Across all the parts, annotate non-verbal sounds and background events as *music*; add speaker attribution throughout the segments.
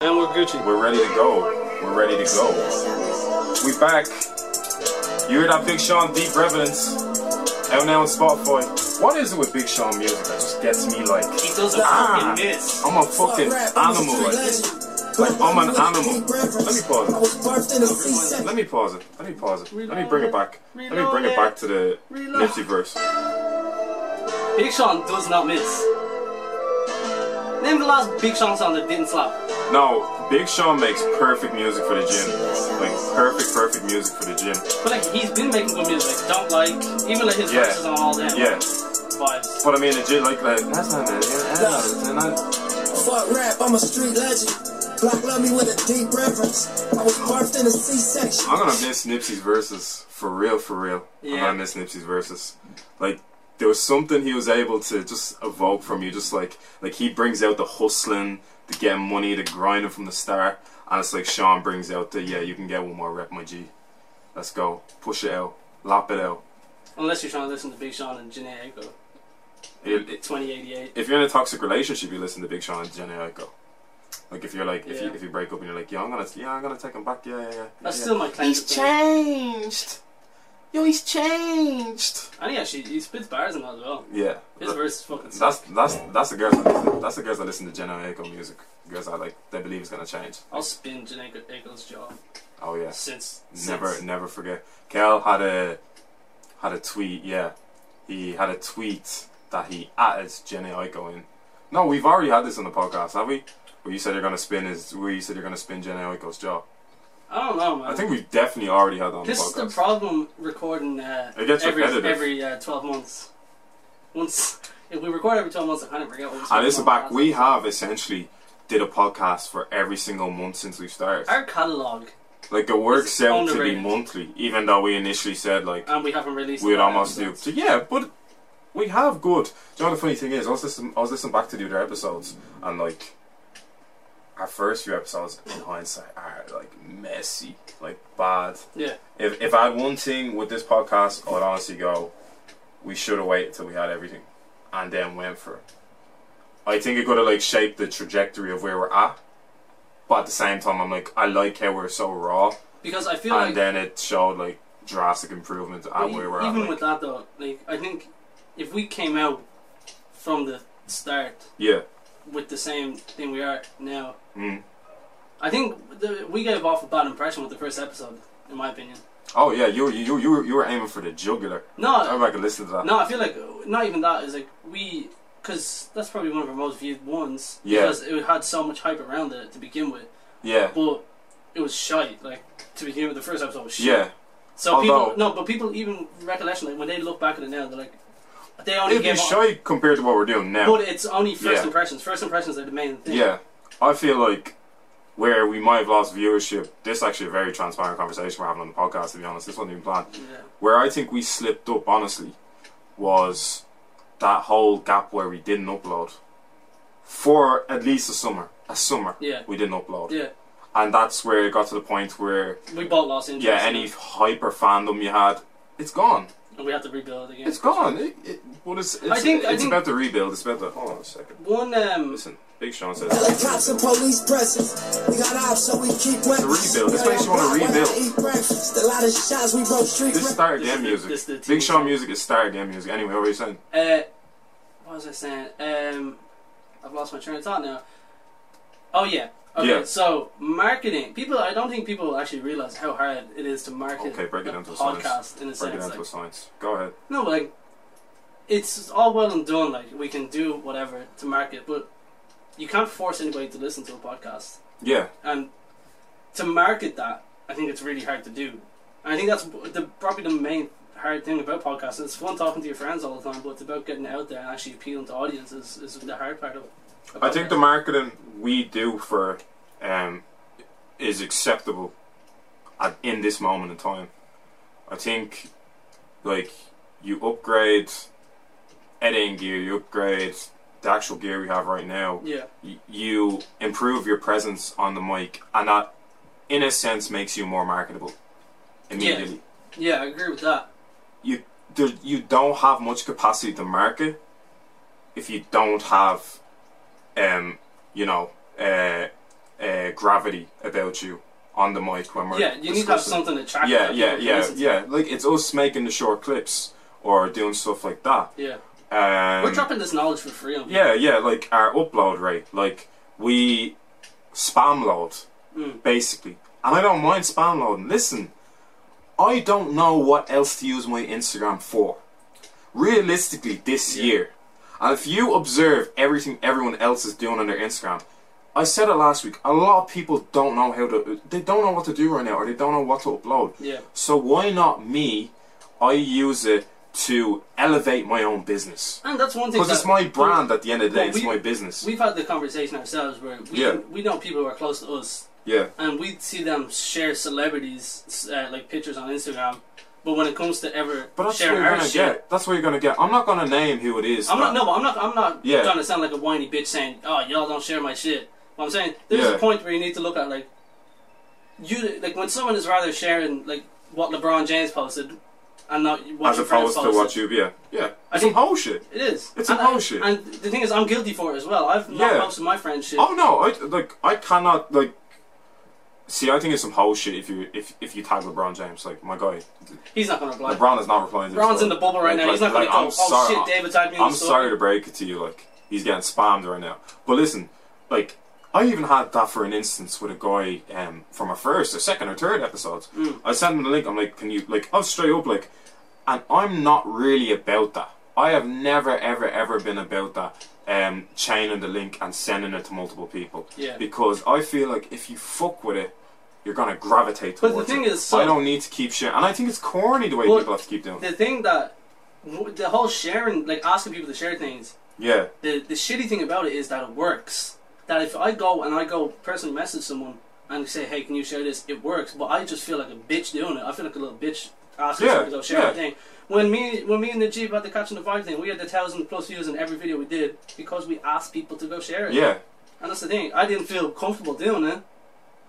Speaker 1: And we're Gucci.
Speaker 2: We're ready to go. We're ready to go. We back. You hear that Big Sean deep reverence. Out now on Spotify. What is it with Big Sean music that just gets me like
Speaker 3: He does the
Speaker 2: Ah.
Speaker 3: fucking miss.
Speaker 2: I'm a fucking animal like Like, I'm an animal. Let me pause it.
Speaker 4: I was birthed in a C-section.
Speaker 2: let me pause it. Let me pause it. Let me bring it back. Let me bring it back to the Nipsey verse.
Speaker 3: Big Sean does not miss. Name the last Big Sean song that didn't slap.
Speaker 2: No, Big Sean makes perfect music for the gym. Like perfect, perfect music for the gym.
Speaker 3: But like he's been making good music. Don't like even like his
Speaker 2: Yeah.
Speaker 3: verses on all them
Speaker 2: Yeah.
Speaker 3: vibes.
Speaker 2: But I mean the gym like like that's not it. Yeah, and I-
Speaker 4: Fuck rap, I'm a street legend. Black love me with a deep reverence. I was birthed in a C-section.
Speaker 2: I'm gonna miss Nipsey's verses for real, for real. I'm
Speaker 3: Yeah.
Speaker 2: gonna miss Nipsey's verses. Like there was something he was able to just evoke from you, just like like he brings out the hustling, the getting money, the grinding from the start, and it's like Sean brings out the yeah, you can get one more rep, my G. Let's go, push it out, lap it out.
Speaker 3: Unless you're trying to listen to Big Sean and Jhené Aiko.
Speaker 2: It- it-
Speaker 3: 2088.
Speaker 2: if you're in a toxic relationship, you listen to Big Sean and Jenny Aiko. Like if you're like if you
Speaker 3: Yeah.
Speaker 2: if you break up and you're like yeah I'm gonna yeah I'm gonna take him back yeah yeah yeah.
Speaker 3: That's
Speaker 2: yeah.
Speaker 3: still my claim. to fame.
Speaker 2: changed. Yo, he's changed.
Speaker 3: And he actually he spits bars in that as well.
Speaker 2: Yeah.
Speaker 3: His verse is fucking sick.
Speaker 2: That's that's that's the girls. That listen, that's the girls that listen to Jenna Aiko music. Girls that like they believe it's gonna change.
Speaker 3: I'll spin Jhené Aiko's jaw
Speaker 2: Oh yeah.
Speaker 3: since
Speaker 2: Never
Speaker 3: since.
Speaker 2: never forget. Kel had a had a tweet. Yeah, he had a tweet that he added Jenna Aiko in. No, we've already had this on the podcast, have we? Where you said you're gonna spin his. Where you said you're gonna spin Jenna Aiko's jaw.
Speaker 3: I don't know, man.
Speaker 2: I think we've definitely already had that on
Speaker 3: This is
Speaker 2: the
Speaker 3: the
Speaker 2: podcast.
Speaker 3: problem recording uh,
Speaker 2: It gets
Speaker 3: every
Speaker 2: repetitive.
Speaker 3: every uh, twelve months. Once *laughs* if we record every twelve months, I kind of forget what. we
Speaker 2: and
Speaker 3: spoke
Speaker 2: listen
Speaker 3: about
Speaker 2: back,
Speaker 3: last
Speaker 2: we
Speaker 3: time.
Speaker 2: have essentially did a podcast for every single month since we started.
Speaker 3: our catalog,
Speaker 2: Like it works
Speaker 3: It's
Speaker 2: out to be
Speaker 3: underrated.
Speaker 2: monthly, even though we initially said like
Speaker 3: and we haven't released.
Speaker 2: we'd
Speaker 3: all our
Speaker 2: almost do.
Speaker 3: episodes.
Speaker 2: So yeah, but we have good. Do you know what the funny thing is? I was listening, I was listening back to the other episodes, and like our first few episodes in hindsight are like messy, like bad.
Speaker 3: Yeah,
Speaker 2: If if I had one thing with this podcast, I would honestly go, we should have waited till we had everything, and then went for it. I think it could have like shaped the trajectory of where we're at. But at the same time, I'm like, I like how we're so raw
Speaker 3: because I feel
Speaker 2: and
Speaker 3: like
Speaker 2: then it showed like drastic improvement at
Speaker 3: e-
Speaker 2: where we're at.
Speaker 3: even
Speaker 2: like-
Speaker 3: with that though, like I think if we came out from the start
Speaker 2: yeah,
Speaker 3: with the same thing we are now,
Speaker 2: Mm.
Speaker 3: I think the, we gave off a bad impression with the first episode, in my opinion.
Speaker 2: oh yeah, you were- you you were, you were aiming for the jugular.
Speaker 3: No,
Speaker 2: I remember I could listen to that.
Speaker 3: No, I feel like uh, not even that is like we, because that's probably one of our most viewed ones.
Speaker 2: Yeah.
Speaker 3: Because it had so much hype around it to begin with,
Speaker 2: Yeah,
Speaker 3: but it was shite. Like to begin with, the first episode was shit.
Speaker 2: yeah.
Speaker 3: So
Speaker 2: although-
Speaker 3: people no, but people even recollection like when they look back at it now, they're like, they only
Speaker 2: It'd be
Speaker 3: gave up.
Speaker 2: shy compared to what we're doing now.
Speaker 3: But it's only first
Speaker 2: Yeah.
Speaker 3: impressions. First impressions are the main thing.
Speaker 2: Yeah, I feel like where we might have lost viewership. This is actually a very transparent conversation we're having on the podcast. To be honest, this wasn't even planned.
Speaker 3: Yeah.
Speaker 2: Where I think we slipped up, honestly, was that whole gap where we didn't upload for at least a summer. A summer.
Speaker 3: Yeah.
Speaker 2: We didn't upload.
Speaker 3: Yeah.
Speaker 2: And that's where it got to the point where
Speaker 3: We both lost interest.
Speaker 2: yeah, any hyper fandom you had, it's gone.
Speaker 3: And we had to rebuild again.
Speaker 2: It's gone. It, it, well, it's, it's,
Speaker 3: I think-
Speaker 2: it's
Speaker 3: I think-
Speaker 2: about the rebuild. It's about the. Hold on a second.
Speaker 3: One um.
Speaker 2: Listen, Big Sean
Speaker 4: Hella
Speaker 2: says.
Speaker 4: cops and police presses. We got ops, so we keep weapons.
Speaker 2: rebuild. This
Speaker 4: We
Speaker 2: makes you
Speaker 4: on
Speaker 2: wanna
Speaker 4: block when I
Speaker 2: rebuild.
Speaker 4: Eat breakfast. A lot of shots, we broke street
Speaker 2: This is
Speaker 4: records.
Speaker 2: Star
Speaker 3: This
Speaker 2: Game
Speaker 3: is the-
Speaker 2: music.
Speaker 3: this is the
Speaker 2: Big Sean
Speaker 3: team.
Speaker 2: music is Star Game music. Anyway, what were you saying?
Speaker 3: Uh, what was I saying? Um, I've lost my train of thought now. Oh yeah. Okay,
Speaker 2: Yeah.
Speaker 3: so marketing. People, I don't think people actually realize how hard it is to market
Speaker 2: Okay, break it
Speaker 3: a
Speaker 2: down to a
Speaker 3: podcast
Speaker 2: science.
Speaker 3: in a
Speaker 2: Break it
Speaker 3: sense.
Speaker 2: down
Speaker 3: like-
Speaker 2: to a science. Go ahead.
Speaker 3: no, but, like it's all well and done. Like we can do whatever to market, but you can't force anybody to listen to a podcast.
Speaker 2: Yeah,
Speaker 3: And to market that, I think it's really hard to do. And I think that's the, probably the main hard thing about podcasting. It's fun talking to your friends all the time, but it's about getting out there and actually appealing to audiences is the hard part of it.
Speaker 2: I think the marketing we do for um, is acceptable at, in this moment in time. I think like you upgrade editing gear, you upgrade the actual gear we have right now.
Speaker 3: yeah,
Speaker 2: y- you improve your presence on the mic, and that, in a sense, makes you more marketable immediately.
Speaker 3: yeah, I agree with that.
Speaker 2: You there, you don't have much capacity to market if you don't have, um, you know, uh, uh, gravity about you on the mic when we're
Speaker 3: yeah, you need to have
Speaker 2: discussing.
Speaker 3: something attractive.
Speaker 2: Yeah,
Speaker 3: that
Speaker 2: yeah,
Speaker 3: people can
Speaker 2: yeah,
Speaker 3: listen to.
Speaker 2: yeah. Like it's us making the short clips or doing stuff like that.
Speaker 3: Yeah.
Speaker 2: Um,
Speaker 3: We're dropping this knowledge for free on
Speaker 2: Yeah, yeah. Like our upload rate, like we spam load
Speaker 3: Mm.
Speaker 2: basically, and I don't mind spam loading. Listen, I don't know what else to use my Instagram for. Realistically, this
Speaker 3: Yeah.
Speaker 2: year, and if you observe everything everyone else is doing on their Instagram. I said it last week. A lot of people don't know how to. They don't know what to do right now, or they don't know what to upload.
Speaker 3: Yeah.
Speaker 2: So why not me? I use it to elevate my own business.
Speaker 3: And that's one thing.
Speaker 2: Because it's
Speaker 3: that-
Speaker 2: my brand at the end of the day,
Speaker 3: Well,
Speaker 2: it's
Speaker 3: we-
Speaker 2: my business.
Speaker 3: We've had the conversation ourselves where we,
Speaker 2: Yeah.
Speaker 3: we know people who are close to us
Speaker 2: yeah.
Speaker 3: and we see them share celebrities uh, like pictures on Instagram, but when it comes to ever
Speaker 2: But that's what
Speaker 3: sharing
Speaker 2: you're
Speaker 3: our
Speaker 2: gonna
Speaker 3: shit,
Speaker 2: get. That's what you're gonna get. I'm not gonna name who it is.
Speaker 3: I'm not
Speaker 2: but-
Speaker 3: no, I'm not I'm not
Speaker 2: Yeah.
Speaker 3: trying to sound like a whiny bitch saying oh y'all don't share my shit. But I'm saying there's
Speaker 2: Yeah.
Speaker 3: a point where you need to look at like you like when someone is rather sharing like what LeBron James posted and not what
Speaker 2: as
Speaker 3: your friend
Speaker 2: opposed to
Speaker 3: posted.
Speaker 2: what you yeah. Yeah.
Speaker 3: I
Speaker 2: It's some
Speaker 3: think-
Speaker 2: whole shit.
Speaker 3: It is.
Speaker 2: It's
Speaker 3: and,
Speaker 2: some bullshit.
Speaker 3: And the thing is, I'm guilty for it as well. I've not
Speaker 2: Yeah.
Speaker 3: posted my friend shit.
Speaker 2: Oh no, I like I cannot like see I think it's some whole shit if you if if you tag LeBron James, like my guy.
Speaker 3: He's not gonna reply.
Speaker 2: LeBron is not replying to this
Speaker 3: Ron's in
Speaker 2: though.
Speaker 3: the bubble right
Speaker 2: Like-
Speaker 3: now. He's not
Speaker 2: like-
Speaker 3: going
Speaker 2: like,
Speaker 3: to go.
Speaker 2: I'm
Speaker 3: oh
Speaker 2: sorry-
Speaker 3: shit, David tagged me. in
Speaker 2: I'm
Speaker 3: the
Speaker 2: sorry to
Speaker 3: story."
Speaker 2: break it to you, like he's getting spammed right now. But listen, like I even had that for an instance with a guy um, from our first or second or third episodes.
Speaker 3: Mm.
Speaker 2: I sent him the link. I'm like, can you like? I was straight up like, and I'm not really about that. I have never ever ever been about that. Um, chaining the link and sending it to multiple people.
Speaker 3: Yeah.
Speaker 2: Because I feel like if you fuck with it, you're gonna gravitate
Speaker 3: But the
Speaker 2: towards
Speaker 3: thing
Speaker 2: it.
Speaker 3: is, so-
Speaker 2: I don't need to keep shit, and I think it's corny the way
Speaker 3: Well,
Speaker 2: people have to keep doing. it.
Speaker 3: The thing that w- the whole sharing, like asking people to share things,
Speaker 2: yeah.
Speaker 3: the the shitty thing about it is that it works. That if I go and I go personally message someone and say, hey, can you share this? It works. But I just feel like a bitch doing it. I feel like a little bitch asking
Speaker 2: Yeah,
Speaker 3: someone to go share
Speaker 2: yeah.
Speaker 3: a thing. When me, when me and the Jeep had the catching the vibe thing, we had the thousand plus views in every video we did because we asked people to go share it.
Speaker 2: Yeah.
Speaker 3: And that's the thing. I didn't feel comfortable doing it,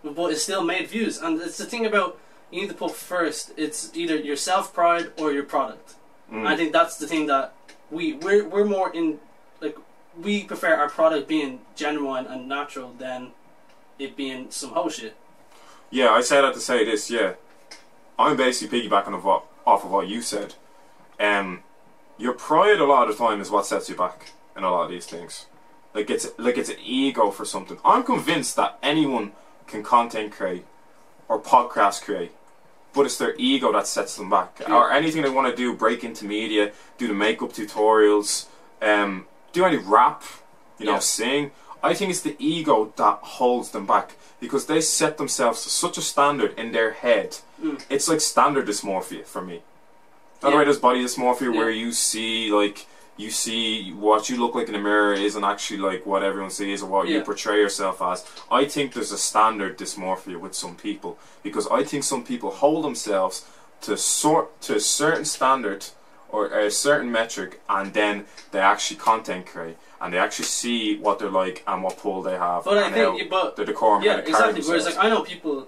Speaker 3: but it still made views. And it's the thing about you need to put first. It's either your self pride or your product. I think that's the thing that we we're we're more in like we prefer our product being genuine and natural than it being some whole shit.
Speaker 2: Yeah, I say that to say this. Yeah, I'm basically piggybacking off what, off of what you said. Um, your pride a lot of the time is what sets you back in a lot of these things. Like it's like it's an ego for something. I'm convinced that anyone can content create or podcast create, but it's their ego that sets them back. Or anything they want to do, break into media, do the makeup tutorials, um, do any rap, you know,
Speaker 3: Yeah.
Speaker 2: sing. I think it's the ego that holds them back because they set themselves to such a standard in their head. It's like standard dysmorphia for me. By the
Speaker 3: Yeah.
Speaker 2: way, there's body dysmorphia where
Speaker 3: Yeah.
Speaker 2: you see like you see what you look like in the mirror isn't actually like what everyone sees or what you
Speaker 3: Yeah.
Speaker 2: portray yourself as. I think there's a standard dysmorphia with some people because I think some people hold themselves to sort to a certain standard or a certain metric, and then they actually content create and they actually see what they're like and what pull they have
Speaker 3: But I
Speaker 2: and
Speaker 3: think-
Speaker 2: how
Speaker 3: but-
Speaker 2: the decorum
Speaker 3: Yeah,
Speaker 2: how they carry
Speaker 3: exactly. Whereas like
Speaker 2: themselves.
Speaker 3: I know people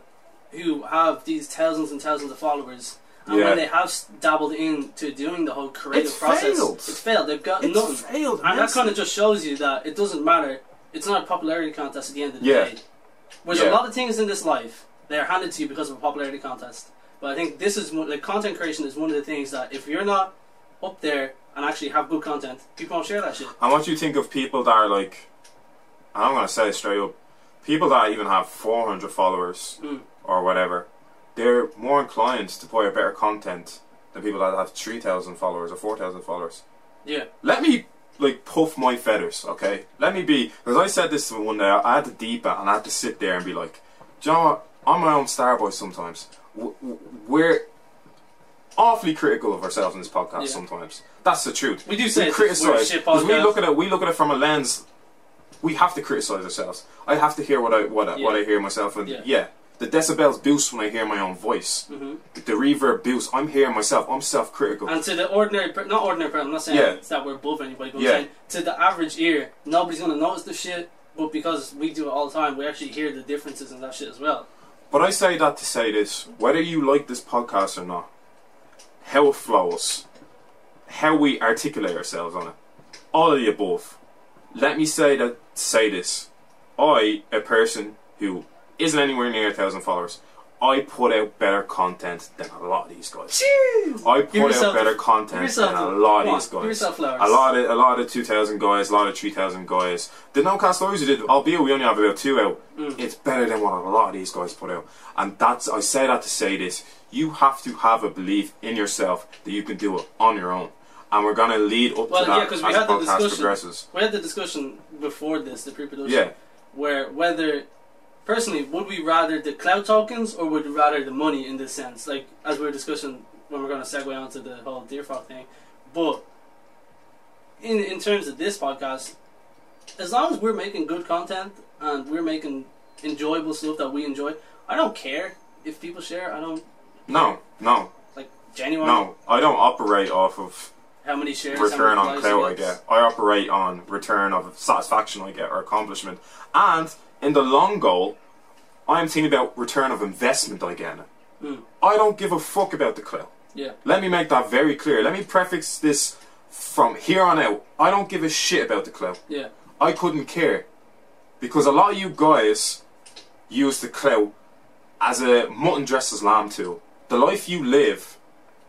Speaker 3: who have these thousands and thousands of followers. And
Speaker 2: Yeah.
Speaker 3: when they have s- dabbled into doing the whole creative
Speaker 2: It's
Speaker 3: process,
Speaker 2: failed.
Speaker 3: it's failed. They've got
Speaker 2: It's
Speaker 3: nothing.
Speaker 2: failed
Speaker 3: And that
Speaker 2: massively.
Speaker 3: kind of just shows you that it doesn't matter. It's not a popularity contest at the end of the
Speaker 2: Yeah.
Speaker 3: day. Whereas
Speaker 2: Yeah.
Speaker 3: a lot of things in this life, they are handed to you because of a popularity contest. But I think this is one, like content creation is one of the things that if you're not up there and actually have good content, people won't share that
Speaker 2: *sighs*
Speaker 3: shit.
Speaker 2: And what do you think of people that are like, and I'm going to say it straight up, people that even have 400 followers or whatever, they're more inclined to put out better content than people that have 3,000 followers or 4,000 followers.
Speaker 3: Yeah,
Speaker 2: Let me, like, puff my feathers, okay? Let me be, because I said this to one day, I had to deep it and I had to sit there and be like, do you know what? I'm my own starboy sometimes. W- w- We're awfully critical of ourselves in this podcast
Speaker 3: Yeah.
Speaker 2: sometimes. That's the truth
Speaker 3: we do say it's
Speaker 2: criticize
Speaker 3: we're a shit
Speaker 2: because we
Speaker 3: podcast.
Speaker 2: look at it. We look at it from a lens. We have to criticize ourselves. I have to hear what I what I, what
Speaker 3: Yeah.
Speaker 2: I hear myself, and yeah.
Speaker 3: Yeah. Mm-hmm.
Speaker 2: the decibels boost when I hear my own voice. The reverb boosts. I'm hearing myself. I'm self-critical.
Speaker 3: And to the ordinary, per- not ordinary person, I'm not saying
Speaker 2: Yeah.
Speaker 3: it's that we're above anybody, but
Speaker 2: Yeah.
Speaker 3: I'm saying to the average ear, nobody's going to notice the shit, but because we do it all the time, we actually hear the differences in that shit as well.
Speaker 2: but I say that to say this: whether you like this podcast or not, how it flows, how we articulate ourselves on it, all of the above. Let me say that. Say this: I, a person who isn't anywhere near a thousand followers. I put out better content than a lot of these guys.
Speaker 3: Cheers!
Speaker 2: I put
Speaker 3: Give
Speaker 2: out
Speaker 3: yourself-
Speaker 2: better
Speaker 3: give
Speaker 2: content
Speaker 3: yourself
Speaker 2: than a
Speaker 3: a-
Speaker 2: lot
Speaker 3: come
Speaker 2: of
Speaker 3: on,
Speaker 2: these
Speaker 3: give
Speaker 2: guys.
Speaker 3: yourself flowers.
Speaker 2: A lot of a lot of two thousand guys, a lot of three thousand guys. The no cast stories we did, albeit we only have about two out.
Speaker 3: Mm.
Speaker 2: It's better than what a lot of these guys put out, and that's I say that to say this: you have to have a belief in yourself that you can do it on your own, and we're gonna lead up
Speaker 3: Well,
Speaker 2: to that
Speaker 3: yeah, because we
Speaker 2: as the
Speaker 3: had the
Speaker 2: podcast
Speaker 3: discussion.
Speaker 2: progresses.
Speaker 3: We had the discussion before this, the pre-production,
Speaker 2: Yeah.
Speaker 3: where whether personally would we rather the cloud tokens or would we rather the money in this sense, like as we were discussing when we're going to segue onto the whole Deerfog thing, but in in terms of this podcast, as long as we're making good content and we're making enjoyable stuff that we enjoy, I don't care if people share. I don't
Speaker 2: No, no,
Speaker 3: like genuine.
Speaker 2: no. I don't operate off of
Speaker 3: How many shares? how
Speaker 2: return
Speaker 3: many
Speaker 2: on
Speaker 3: likes you
Speaker 2: clout I get. I operate on return of satisfaction I get or accomplishment. And in the long goal, I am thinking about return of investment I get. I don't give a fuck about the clout.
Speaker 3: Yeah.
Speaker 2: Let me make that very clear. Let me preface this from here on out. I don't give a shit about the clout.
Speaker 3: Yeah.
Speaker 2: I couldn't care. Because a lot of you guys use the clout as a mutton dresser's lamb tool. The life you live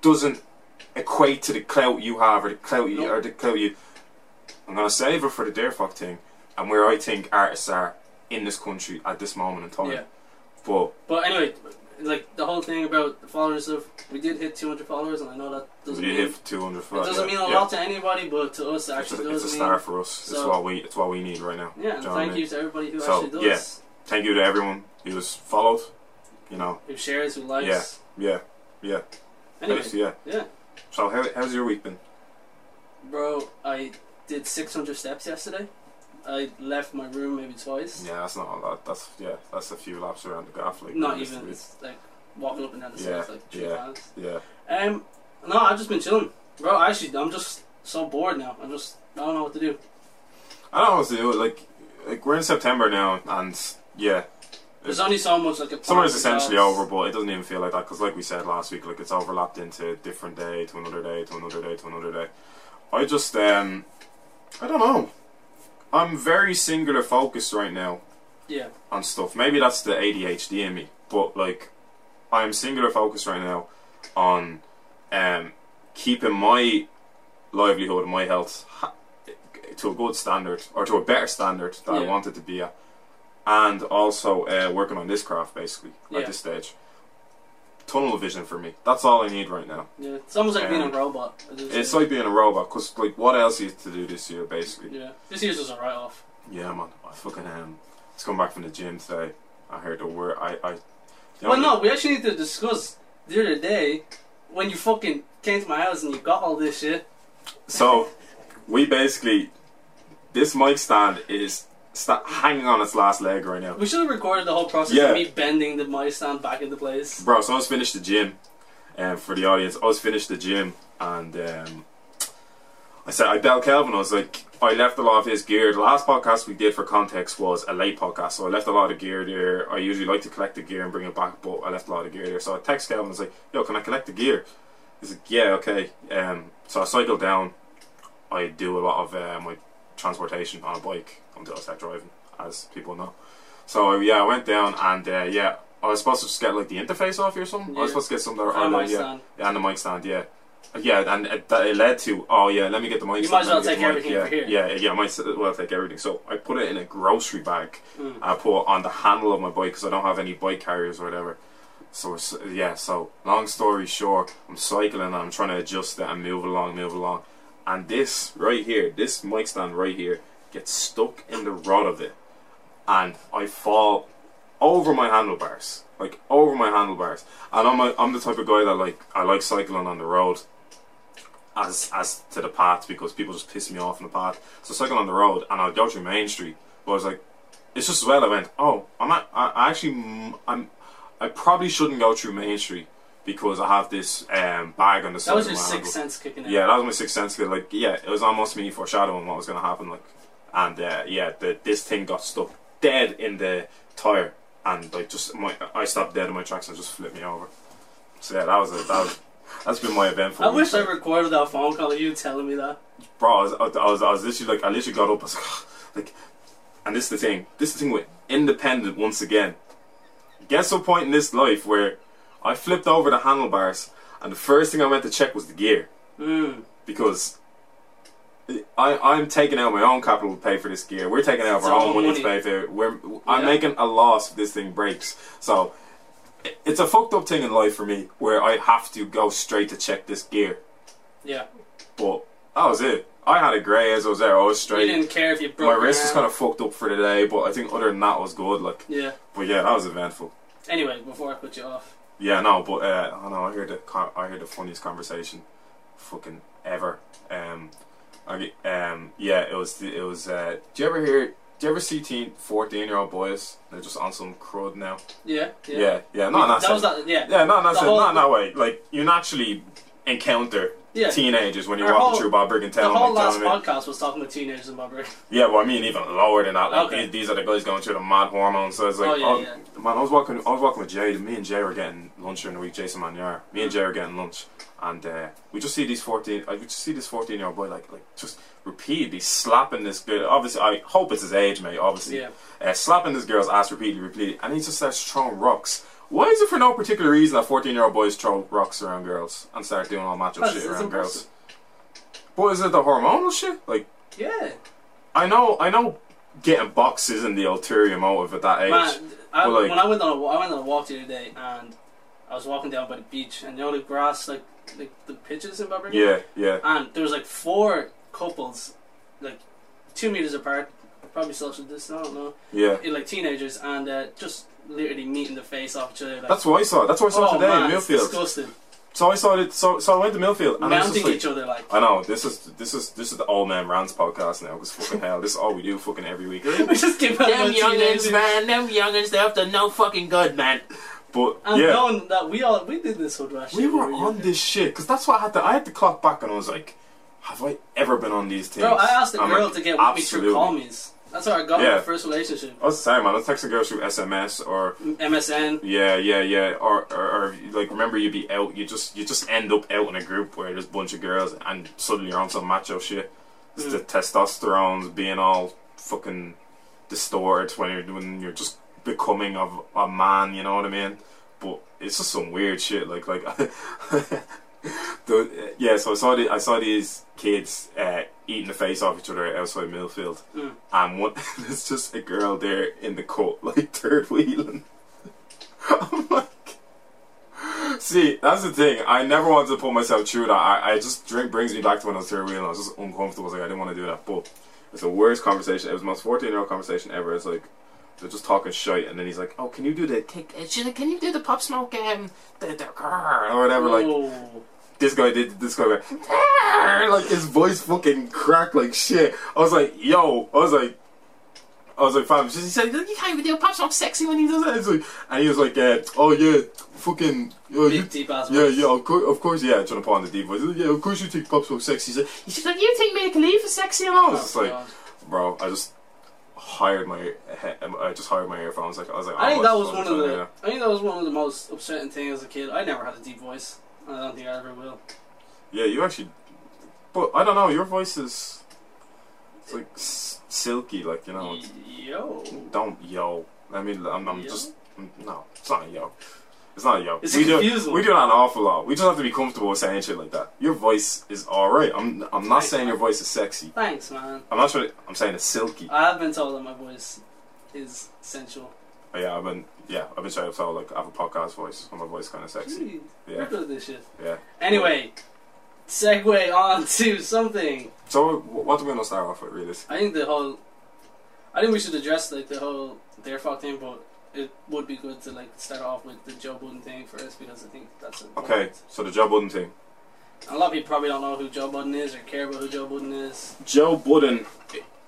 Speaker 2: doesn't equate to the clout you have or the clout you
Speaker 3: No.
Speaker 2: or the clout you I'm gonna save it for the dare fuck thing and where I think artists are in this country at this moment in time.
Speaker 3: Yeah.
Speaker 2: But
Speaker 3: But anyway, like the whole thing about the followers of we did hit 200 followers, and I know that doesn't
Speaker 2: you
Speaker 3: mean,
Speaker 2: have two hundred
Speaker 3: it doesn't mean a lot to anybody, but to us it
Speaker 2: It's
Speaker 3: actually
Speaker 2: a,
Speaker 3: does
Speaker 2: it's a
Speaker 3: mean.
Speaker 2: star for us. it's
Speaker 3: So-
Speaker 2: what we it's what we need right now.
Speaker 3: yeah,
Speaker 2: Do
Speaker 3: and
Speaker 2: you know what I
Speaker 3: thank
Speaker 2: mean?
Speaker 3: you to everybody who
Speaker 2: So,
Speaker 3: actually does,
Speaker 2: Thank you to everyone who's followed. You know,
Speaker 3: who shares, who likes.
Speaker 2: yeah, yeah, yeah.
Speaker 3: Anyway,
Speaker 2: Thanks, yeah.
Speaker 3: yeah,
Speaker 2: So how, how's your week been?
Speaker 3: bro, I did 600 steps yesterday. I left my room maybe twice.
Speaker 2: Yeah, that's not a lot. That's yeah, that's a few laps around the gaff. Like
Speaker 3: Not
Speaker 2: realistically.
Speaker 3: even it's like walking up and down the
Speaker 2: Yeah,
Speaker 3: stairs like three
Speaker 2: yeah.
Speaker 3: times.
Speaker 2: Yeah,
Speaker 3: Um, no, I've just been chilling, bro. Actually, I'm just so bored now. I'm just I don't know what to do.
Speaker 2: I don't know what to do. Like, like we're in September now, and yeah,
Speaker 3: There's only so much like a
Speaker 2: summer's
Speaker 3: podcast
Speaker 2: essentially
Speaker 3: does.
Speaker 2: over. But it doesn't even feel like that because, like we said last week, like it's overlapped into a different day to another day to another day to another day. I just um, I don't know. I'm very singular focused right now.
Speaker 3: Yeah.
Speaker 2: on stuff. Maybe that's the ADHD in me, but like I am singular focused right now on um, keeping my livelihood and my health ha- to a good standard or to a better standard that I
Speaker 3: Yeah.
Speaker 2: want it to be at, and also uh, working on this craft basically
Speaker 3: Yeah.
Speaker 2: at this stage. Tunnel vision for me. That's all I need right now.
Speaker 3: Yeah, it's almost like being a
Speaker 2: Um,
Speaker 3: robot.
Speaker 2: It's like being a robot because like what else is to do this year basically?
Speaker 3: yeah, this year's just a write-off.
Speaker 2: Yeah, man. I fucking um, just come back from the gym today. I heard the word. I I. the
Speaker 3: Well,
Speaker 2: only-
Speaker 3: no, we actually need to discuss the other day when you fucking came to my house and you got all this shit.
Speaker 2: So, we basically this mic stand is sta- hanging on its last leg right now,
Speaker 3: We should have recorded the whole process
Speaker 2: Yeah.
Speaker 3: of me bending the mic stand back into place.
Speaker 2: bro. So I was finished the gym, and um, for the audience, I was finished the gym, and um, I said I bell Calvin. I was like, I left a lot of his gear. The last podcast we did for context was a late podcast, so I left a lot of gear there. I usually like to collect the gear and bring it back, but I left a lot of gear there. So I text Calvin. I was like, Yo, can I collect the gear? He's like, yeah, okay. Um, so I cycle down. I do a lot of uh, my transportation on a bike until I start driving, as people know. So yeah, I went down and uh, yeah, I was supposed to just get like the interface off here or something. I was
Speaker 3: Yeah.
Speaker 2: supposed to get something.
Speaker 3: And a
Speaker 2: or,
Speaker 3: mic
Speaker 2: Oh, yeah,
Speaker 3: stand.
Speaker 2: Yeah, and the mic stand. Yeah, yeah, and it, that, it led to oh yeah, let me get the mic.
Speaker 3: You
Speaker 2: stand,
Speaker 3: might as
Speaker 2: let me
Speaker 3: well
Speaker 2: get the
Speaker 3: take everything
Speaker 2: mic, yeah,
Speaker 3: for here.
Speaker 2: Yeah, yeah, I might as well take everything. So I put it in a grocery bag.
Speaker 3: Hmm.
Speaker 2: I put it on the handle of my bike because I don't have any bike carriers or whatever. So it's- yeah, so long story short, I'm cycling and I'm trying to adjust it and move along, move along, and this right here, this mic stand right here, gets stuck in the rod of it, and I fall over my handlebars, like over my handlebars, and I'm a, I'm the type of guy that like I like cycling on the road, as as to the path because people just piss me off on the path. So cycling on the road, and I'll go through Main Street, but I was like, it's just as well. I went, oh, I'm at, I, I actually mm, I'm I probably shouldn't go through Main Street because I have this um, bag on the side
Speaker 3: That was
Speaker 2: of
Speaker 3: your
Speaker 2: my
Speaker 3: sixth
Speaker 2: handle.
Speaker 3: sense kicking in.
Speaker 2: Yeah, that was my sixth sense. 'cause, Like, yeah, it was almost me foreshadowing what was going to happen. Like, and uh, yeah, the, this thing got stuck dead in the tire, and like just my I stopped dead in my tracks and just flipped me over. So yeah, that was a, that was that's been my event for.
Speaker 3: I
Speaker 2: the
Speaker 3: wish I
Speaker 2: week.
Speaker 3: recorded that phone call of you telling me that.
Speaker 2: bro. I was, I, was I was literally like I literally *sighs* got up. I was like, like, and this is the thing. This is the thing with independent once again. gets to a point in this life where I flipped over the handlebars, and the first thing I went to check was the gear
Speaker 3: Mm.
Speaker 2: because I, I'm taking out my own capital to pay for this gear. We're taking out
Speaker 3: It's
Speaker 2: our
Speaker 3: our
Speaker 2: own
Speaker 3: own
Speaker 2: money, to pay
Speaker 3: money.
Speaker 2: for. it. We're I'm
Speaker 3: Yeah.
Speaker 2: making a loss if this thing breaks. So it- it's a fucked up thing in life for me where I have to go straight to check this gear.
Speaker 3: Yeah.
Speaker 2: But that was it. I had a grey as I was there. I was
Speaker 3: You
Speaker 2: straight.
Speaker 3: didn't care if you broke
Speaker 2: My
Speaker 3: your
Speaker 2: wrist was
Speaker 3: arm.
Speaker 2: kind of fucked up for the day, but I think other than that, it was good. Like,
Speaker 3: Yeah.
Speaker 2: but yeah, that was eventful.
Speaker 3: Anyway, before I put you off.
Speaker 2: Yeah, no, but uh, I know I heard the con- I heard the funniest conversation, fucking ever. Um, I, get- um, yeah, it was the- it was. Uh, do you ever hear? Do you ever see teen fourteen year old boys? They're just on some crud now.
Speaker 3: Yeah.
Speaker 2: Yeah,
Speaker 3: Yeah.
Speaker 2: yeah, no, not
Speaker 3: that was that. Yeah.
Speaker 2: yeah, no, not
Speaker 3: the
Speaker 2: that,
Speaker 3: whole-
Speaker 2: not in that way. Like you naturally encounter
Speaker 3: Yeah.
Speaker 2: teenagers when you're
Speaker 3: Our
Speaker 2: walking
Speaker 3: whole-
Speaker 2: through Bob Brick
Speaker 3: The
Speaker 2: Town.
Speaker 3: whole
Speaker 2: like,
Speaker 3: last
Speaker 2: do you know what I mean?
Speaker 3: podcast was talking about teenagers and Bob Rick.
Speaker 2: Yeah, well, I mean even lower than that. Like
Speaker 3: Okay.
Speaker 2: these, these are the guys going through the mad hormones. So it's like,
Speaker 3: Oh, yeah,
Speaker 2: oh,
Speaker 3: yeah.
Speaker 2: man, I was walking, I was walking with Jay. Me and Jay were getting lunch during the week. Jason Manier, me
Speaker 3: Mm.
Speaker 2: and Jay were getting lunch, and uh, we just see these fourteen. I we just see this fourteen-year-old boy like, like just repeatedly slapping this girl. Obviously, I hope it's his age, mate. Obviously,
Speaker 3: Yeah.
Speaker 2: uh, slapping this girl's ass repeatedly, repeatedly, and he just starts throwing rocks. Why is it for no particular reason that fourteen-year-old boys throw rocks around girls and start doing all macho
Speaker 3: That's-
Speaker 2: shit
Speaker 3: it's
Speaker 2: around girls?
Speaker 3: impressive.
Speaker 2: But is it the hormonal shit? Like.
Speaker 3: *laughs* Yeah.
Speaker 2: I know, I know, getting boxes and the ulterior motive at that age.
Speaker 3: Man, I,
Speaker 2: But, like-
Speaker 3: when I went on a, wa- I went on a walk the other day and I was walking down by the beach and you know the grass like like the pitches in Bob Rick?
Speaker 2: Yeah, yeah,
Speaker 3: And there was like four couples, like two meters apart, probably social distance. I don't know.
Speaker 2: yeah.
Speaker 3: in, like teenagers and uh, just literally meeting the face off each other. Like,
Speaker 2: That's what I saw. That's what I saw
Speaker 3: oh,
Speaker 2: today
Speaker 3: man,
Speaker 2: in
Speaker 3: it's
Speaker 2: Millfield.
Speaker 3: disgusting.
Speaker 2: So I saw it. So, so I went to Millfield and I was
Speaker 3: Mounting
Speaker 2: just like,
Speaker 3: each other like.
Speaker 2: I know this is this is this is the old man rants podcast now. Cause fucking hell, this is all we do fucking every week.
Speaker 3: *laughs* we just give out about teenagers.
Speaker 2: man. Them youngins, they're up to no fucking good, man. But
Speaker 3: And
Speaker 2: yeah,
Speaker 3: knowing that we all we did this hood rush.
Speaker 2: we were on this shit because that's what I had to. I had to clock back and I was like, have I ever been on these things?
Speaker 3: Bro, I asked the
Speaker 2: I'm
Speaker 3: girl
Speaker 2: like,
Speaker 3: to get with me
Speaker 2: absolutely.
Speaker 3: through commies. That's how I got
Speaker 2: Yeah.
Speaker 3: my first relationship.
Speaker 2: I was the same, man. I was texting girls through SMS or
Speaker 3: MSN.
Speaker 2: Yeah, yeah, yeah. Or, or, or like, remember you'd be out. You just, you just end up out in a group where there's a bunch of girls, and suddenly you're on some macho shit. It's the testosterone's being all fucking distorted when you're when you're just becoming of a man. You know what I mean? But it's just some weird shit. Like, like, *laughs* the, yeah. So I saw the, I saw these kids uh, eating the face off each other outside Millfield,
Speaker 3: Mm.
Speaker 2: and one *laughs* there's just a girl there in the coat, *laughs* like third wheeling. *laughs* I'm like, see, that's the thing. I never wanted to put myself through that. I, I just drink brings me back to when I was third wheel and I was just uncomfortable. I was like, I didn't want to do that. But it's the worst conversation. It was the most 14 year old conversation ever. It's like, they're just talking shite, and then he's like, "Oh, can you do the kick? uh, She's like, can you do the pop smoke um, the, the grrr, or whatever?" Like
Speaker 3: Whoa.
Speaker 2: this guy did, this guy went, "Grrr," like his voice fucking cracked like shit. I was like, "Yo," I was like, I was like, fam, she said, you can't even do pop song sexy when he does that. It's like, and he was like, uh, oh yeah, fucking, yeah, you,
Speaker 3: Big deep ass
Speaker 2: yeah,
Speaker 3: words.
Speaker 2: yeah, of course, of course, yeah, trying to put on the deep voice. Yeah, of course you take pop song sexy. He's like, she's like, you think Mia Khalifa sexy and all. I was just
Speaker 3: Oh,
Speaker 2: like,
Speaker 3: God.
Speaker 2: bro, I just hired my, he- I just hired my earphones. Like, I was like,
Speaker 3: I
Speaker 2: oh,
Speaker 3: think that was
Speaker 2: fuck,
Speaker 3: one of the.
Speaker 2: yeah.
Speaker 3: I think that was one of the most upsetting things as a kid. I never had a deep voice. I don't think I ever will.
Speaker 2: Yeah, you actually, but I don't know. Your voice is, it's like s- silky, like you know. It's,
Speaker 3: Yo.
Speaker 2: don't yo. I mean, I'm, I'm
Speaker 3: Yo?
Speaker 2: just no. It's not a yo. It's not a yo.
Speaker 3: It's
Speaker 2: we do
Speaker 3: confusing.
Speaker 2: we do that an awful lot. We just have to be comfortable with saying shit like that. Your voice is all right. I'm I'm not
Speaker 3: Thanks,
Speaker 2: saying your
Speaker 3: man.
Speaker 2: voice is sexy.
Speaker 3: Thanks, man.
Speaker 2: I'm not sure. I'm saying it's silky.
Speaker 3: I have been told that my voice is sensual.
Speaker 2: Oh, yeah, I've been yeah, I've been trying to tell like I have a podcast voice, and my voice kind of sexy.
Speaker 3: Gee,
Speaker 2: Yeah,
Speaker 3: We're good at this shit.
Speaker 2: yeah.
Speaker 3: Anyway, segue on to something.
Speaker 2: So wh- what are we gonna start off with, really?
Speaker 3: I think the whole. I think we should address like the whole their fuck thing, but it would be good to like start off with the Joe Budden thing first because I think that's important.
Speaker 2: Okay, so the Joe Budden thing.
Speaker 3: A lot of people probably don't know who Joe Budden is or care about who Joe Budden is.
Speaker 2: Joe Budden,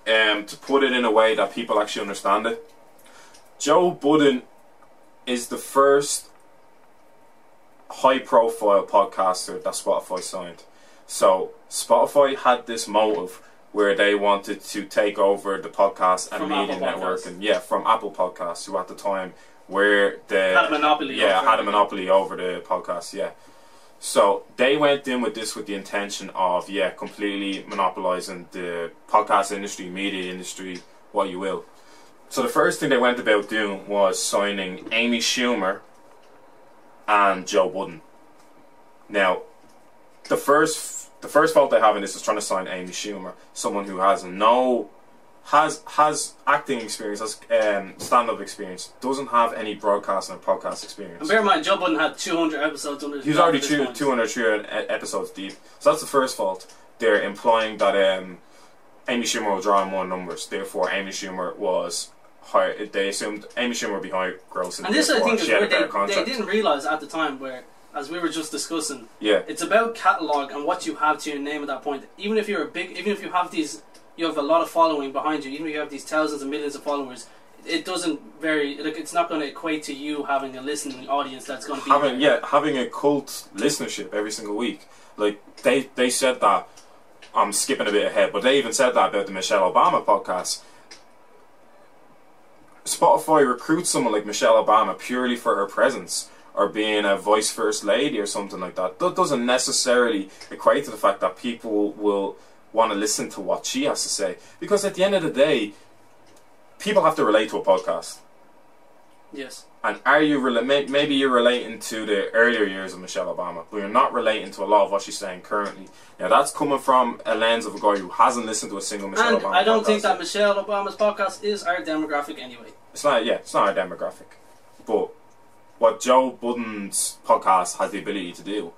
Speaker 2: um, to put it in a way that people actually understand it, Joe Budden is the first high profile podcaster that Spotify signed. So Spotify had this motive where they wanted to take over the podcast and
Speaker 3: From
Speaker 2: media
Speaker 3: Apple
Speaker 2: network
Speaker 3: Podcasts.
Speaker 2: and yeah, from Apple Podcasts who at the time were the
Speaker 3: Had a monopoly
Speaker 2: Yeah,
Speaker 3: over
Speaker 2: had a
Speaker 3: it.
Speaker 2: monopoly over the podcast, yeah. So they went in with this with the intention of yeah, completely monopolizing the podcast industry, media industry, what you will. So the first thing they went about doing was signing Amy Schumer and Joe Budden. Now, the first the first fault they have in this is trying to sign Amy Schumer, someone who has no has has acting experience, has um, stand up experience, doesn't have any broadcasting or podcast
Speaker 3: And
Speaker 2: experience.
Speaker 3: bear in mind, Joe Budden had 200 episodes under his
Speaker 2: He's
Speaker 3: belt
Speaker 2: already
Speaker 3: at this
Speaker 2: two,
Speaker 3: point.
Speaker 2: 200 300 e- episodes deep. So that's the first fault. They're implying that um, Amy Schumer will draw in more numbers. Therefore, Amy Schumer was higher. They assumed Amy Schumer would be higher grossing.
Speaker 3: And this, I
Speaker 2: therefore
Speaker 3: think, is
Speaker 2: she had
Speaker 3: where
Speaker 2: a better
Speaker 3: they, they
Speaker 2: contract.
Speaker 3: didn't realise at the time where, as we were just discussing,
Speaker 2: yeah.
Speaker 3: it's about catalogue and what you have to your name at that point. Even if you're a big, even if you have these, you have a lot of following behind you, even if you have these thousands and millions of followers, it doesn't vary. Like, it's not going to equate to you having a listening audience that's going to be.
Speaker 2: having yeah having a cult listenership every single week. Like they they said that I'm skipping a bit ahead, but they even said that about the Michelle Obama podcast. Spotify recruits someone like Michelle Obama purely for her presence or being a vice first lady or something like that. That doesn't necessarily equate to the fact that people will want to listen to what she has to say because at the end of the day, people have to relate to a podcast.
Speaker 3: Yes.
Speaker 2: And are you rela- may- maybe you're relating to the earlier years of Michelle Obama, but you're not relating to a lot of what she's saying currently. Now that's coming from a lens of a guy who hasn't listened to a single Michelle
Speaker 3: and
Speaker 2: Obama.
Speaker 3: I don't
Speaker 2: podcast
Speaker 3: think that
Speaker 2: yet.
Speaker 3: Michelle Obama's podcast is our demographic anyway.
Speaker 2: it's not. Yeah, it's not our demographic. But what Joe Budden's podcast has the ability to do,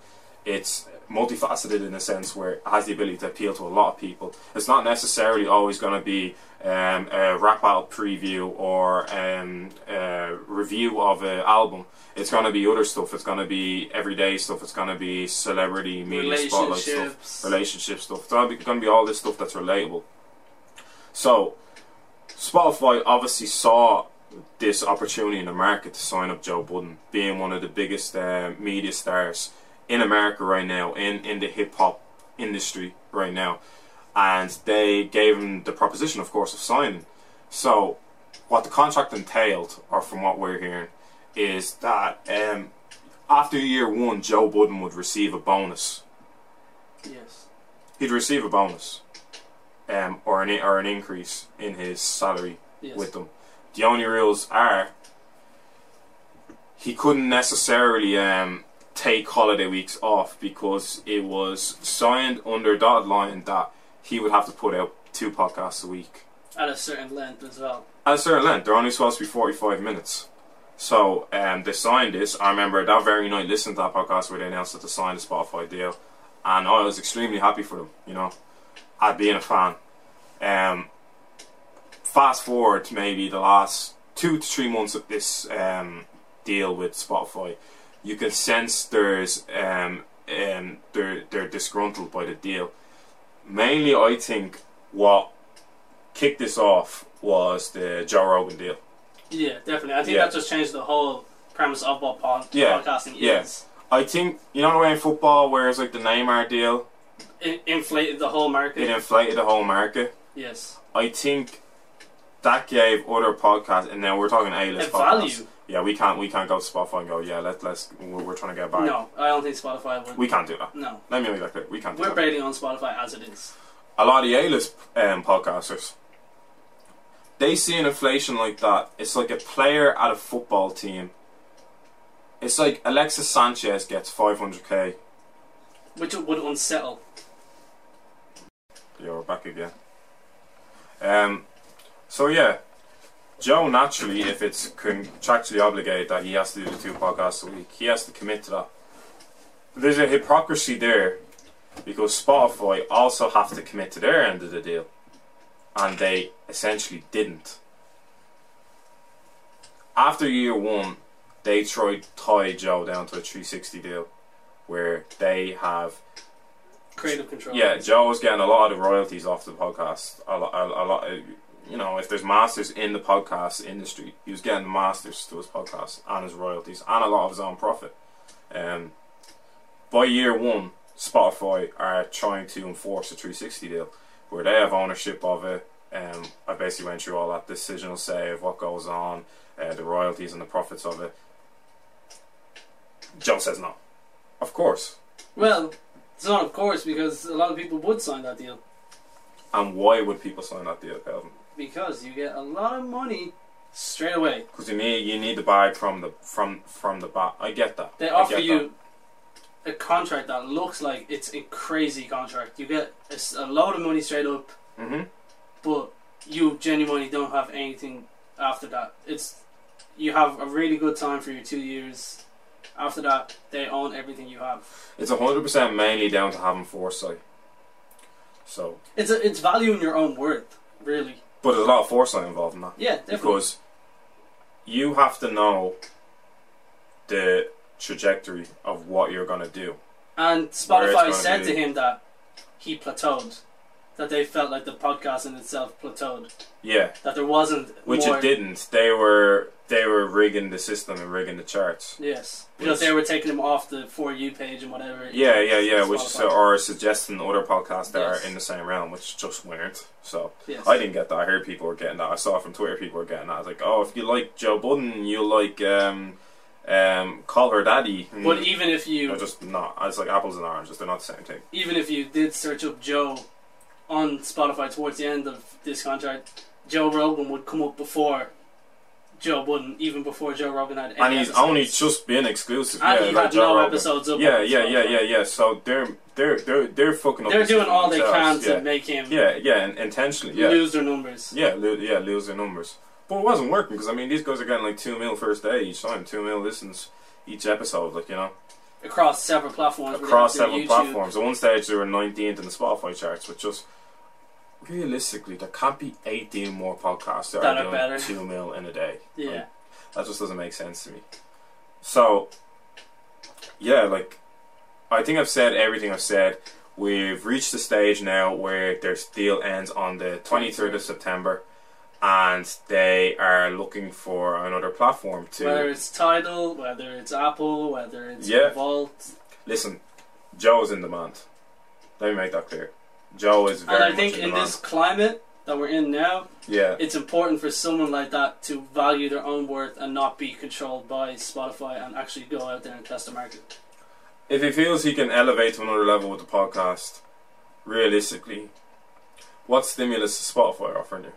Speaker 2: it's multifaceted in a sense where it has the ability to appeal to a lot of people. It's not necessarily always going to be um, a rap out preview or um, a review of an album. It's going to be other stuff. It's going to be everyday stuff. It's going to be celebrity media spotlight
Speaker 3: Relationships.
Speaker 2: stuff, relationship stuff. It's going to be all this stuff that's relatable. So, Spotify obviously saw this opportunity in the market to sign up Joe Budden, being one of the biggest uh, media stars in America right now, in, in the hip hop industry right now. And they gave him the proposition, of course, of signing. So, what the contract entailed, or from what we're hearing, is that um, after year one, Joe Budden would receive a bonus
Speaker 3: Yes.
Speaker 2: he'd receive a bonus, um, or an or an increase in his salary
Speaker 3: Yes.
Speaker 2: with them. The only rules are he couldn't necessarily um, take holiday weeks off because it was signed under dotted line that he would have to put out two podcasts a week
Speaker 3: At a certain length as well.
Speaker 2: at a certain length. They're only supposed to be 45 minutes. So um, they signed this. I remember that very night listening to that podcast where they announced that they signed the Spotify deal. And I was extremely happy for them, you know, at being a fan. Um, fast forward to maybe the last two to three months of this um, deal with Spotify, you can sense there's um, um, they're, they're disgruntled by the deal. Mainly, I think what kicked this off was the Joe Rogan deal.
Speaker 3: Yeah, definitely. I think
Speaker 2: Yeah.
Speaker 3: that just changed the whole premise of what pod-
Speaker 2: Yeah.
Speaker 3: podcasting
Speaker 2: Yeah.
Speaker 3: is.
Speaker 2: I think you know the way in football, whereas like the Neymar deal,
Speaker 3: It inflated the whole market.
Speaker 2: it inflated the whole market.
Speaker 3: Yes.
Speaker 2: I think that gave other podcasts, and now we're talking A-list
Speaker 3: It
Speaker 2: podcasts.
Speaker 3: value.
Speaker 2: Yeah, we can't we can't go to Spotify and go, yeah, let let's we're, we're trying to get back.
Speaker 3: No, I don't think Spotify would.
Speaker 2: We can't do that.
Speaker 3: no.
Speaker 2: Let me make that clear. We can't do
Speaker 3: We're
Speaker 2: that.
Speaker 3: baiting on Spotify as it is.
Speaker 2: A lot of the A-list um, podcasters, they see an inflation like that. It's like a player at a football team. It's like Alexis Sanchez gets 500k
Speaker 3: Which would unsettle.
Speaker 2: Yeah, we're back again. Um, so yeah, Joe naturally, if it's contractually obligated that he has to do the two podcasts a week, he has to commit to that. But there's a hypocrisy there because Spotify also have to commit to their end of the deal, and they essentially didn't. After year one, they tried to tie Joe down to a 360 deal, where they have
Speaker 3: Creative control.
Speaker 2: yeah, Joe's getting a lot of the royalties off the podcast. A lot, a, a lot. uh, You know, if there's masters in the podcast industry, he was getting masters to his podcast and his royalties and a lot of his own profit. Um, by year one, Spotify are trying to enforce a 360 deal where they have ownership of it. Um, I basically went through all that decisional save, what goes on, uh, the royalties and the profits of it. Joe says no. Of course.
Speaker 3: Well, it's not of course because a lot of people would sign that deal
Speaker 2: And why would people sign that deal, Calvin?
Speaker 3: because you get a lot of money straight away.
Speaker 2: Because you need you need to buy from the from from the bat. I get that.
Speaker 3: They
Speaker 2: I
Speaker 3: offer
Speaker 2: get
Speaker 3: you a contract that looks like it's a crazy contract. You get a, s- a load of money straight up,
Speaker 2: That. hmm
Speaker 3: but you genuinely don't have anything after that. It's you have a really good time for your two years. After that, they own everything you have.
Speaker 2: It's hundred percent mainly down to having foresight. So,
Speaker 3: It's a, it's valuing your own worth, really.
Speaker 2: but there's a lot of foresight involved in that
Speaker 3: Yeah, definitely.
Speaker 2: because you have to know the trajectory of what you're gonna do.
Speaker 3: And
Speaker 2: Where it's
Speaker 3: Spotify
Speaker 2: gonna
Speaker 3: said
Speaker 2: be.
Speaker 3: to him that he plateaued, that they felt like the podcast in itself plateaued,
Speaker 2: Yeah,
Speaker 3: that there wasn't
Speaker 2: which
Speaker 3: more.
Speaker 2: it didn't. They were they were rigging the system and rigging the charts.
Speaker 3: Yes, because
Speaker 2: Which-
Speaker 3: they were taking him off the for you page and whatever.
Speaker 2: Yeah, yeah, yeah. Which is
Speaker 3: Spotify.
Speaker 2: or suggesting other podcasts that
Speaker 3: Yes.
Speaker 2: are in the same realm, which is just weird. So
Speaker 3: Yes.
Speaker 2: I didn't get that. I heard people were getting that. I saw from Twitter people were getting that. I was like, oh, if you like Joe Budden, you like um, um, call her daddy. And
Speaker 3: But even if
Speaker 2: they're
Speaker 3: you
Speaker 2: just not. It's like apples and oranges. They're not the same thing.
Speaker 3: even if you did search up Joe on Spotify towards the end of this contract, Joe Rogan would come up before Joe Budden, even before Joe Rogan had. Any
Speaker 2: And he's
Speaker 3: episodes.
Speaker 2: only just been exclusive.
Speaker 3: and
Speaker 2: yeah,
Speaker 3: he
Speaker 2: like
Speaker 3: had
Speaker 2: Joe
Speaker 3: no
Speaker 2: Rogan.
Speaker 3: episodes up.
Speaker 2: Yeah,
Speaker 3: on
Speaker 2: yeah, yeah,
Speaker 3: Spotify.
Speaker 2: yeah, yeah. So they're they're they're they're fucking. up
Speaker 3: They're
Speaker 2: the
Speaker 3: doing
Speaker 2: system
Speaker 3: all they can
Speaker 2: themselves.
Speaker 3: to make him
Speaker 2: Yeah, yeah, yeah, and intentionally. Yeah,
Speaker 3: lose their numbers.
Speaker 2: Yeah, lo- yeah, lose their numbers. But it wasn't working because I mean these guys are getting like two mil first day each time, two mil listens each episode, like you know,
Speaker 3: across several platforms. whether
Speaker 2: across
Speaker 3: it's their
Speaker 2: several
Speaker 3: YouTube.
Speaker 2: platforms. At one stage they were nineteenth in the Spotify charts, which just realistically there can't be eighteen more podcasts that,
Speaker 3: That
Speaker 2: are
Speaker 3: are
Speaker 2: doing
Speaker 3: better.
Speaker 2: two mil in a day.
Speaker 3: Yeah,
Speaker 2: Like, that just doesn't make sense to me. So, yeah, like, I think I've said everything I've said. We've reached the stage now where their deal ends on the 23rd of September, and they are looking for another platform to
Speaker 3: whether it's Tidal, whether it's Apple, whether it's
Speaker 2: Yeah.
Speaker 3: Vault,
Speaker 2: listen. Joe's in demand. Let me make that clear. Joe is very
Speaker 3: and I
Speaker 2: much
Speaker 3: think
Speaker 2: in
Speaker 3: in
Speaker 2: demand.
Speaker 3: this climate that we're in now,
Speaker 2: yeah,
Speaker 3: it's important for someone like that to value their own worth and not be controlled by Spotify and actually go out there and test the market.
Speaker 2: if he feels he can elevate to another level with the podcast, realistically, what stimulus is Spotify offering you?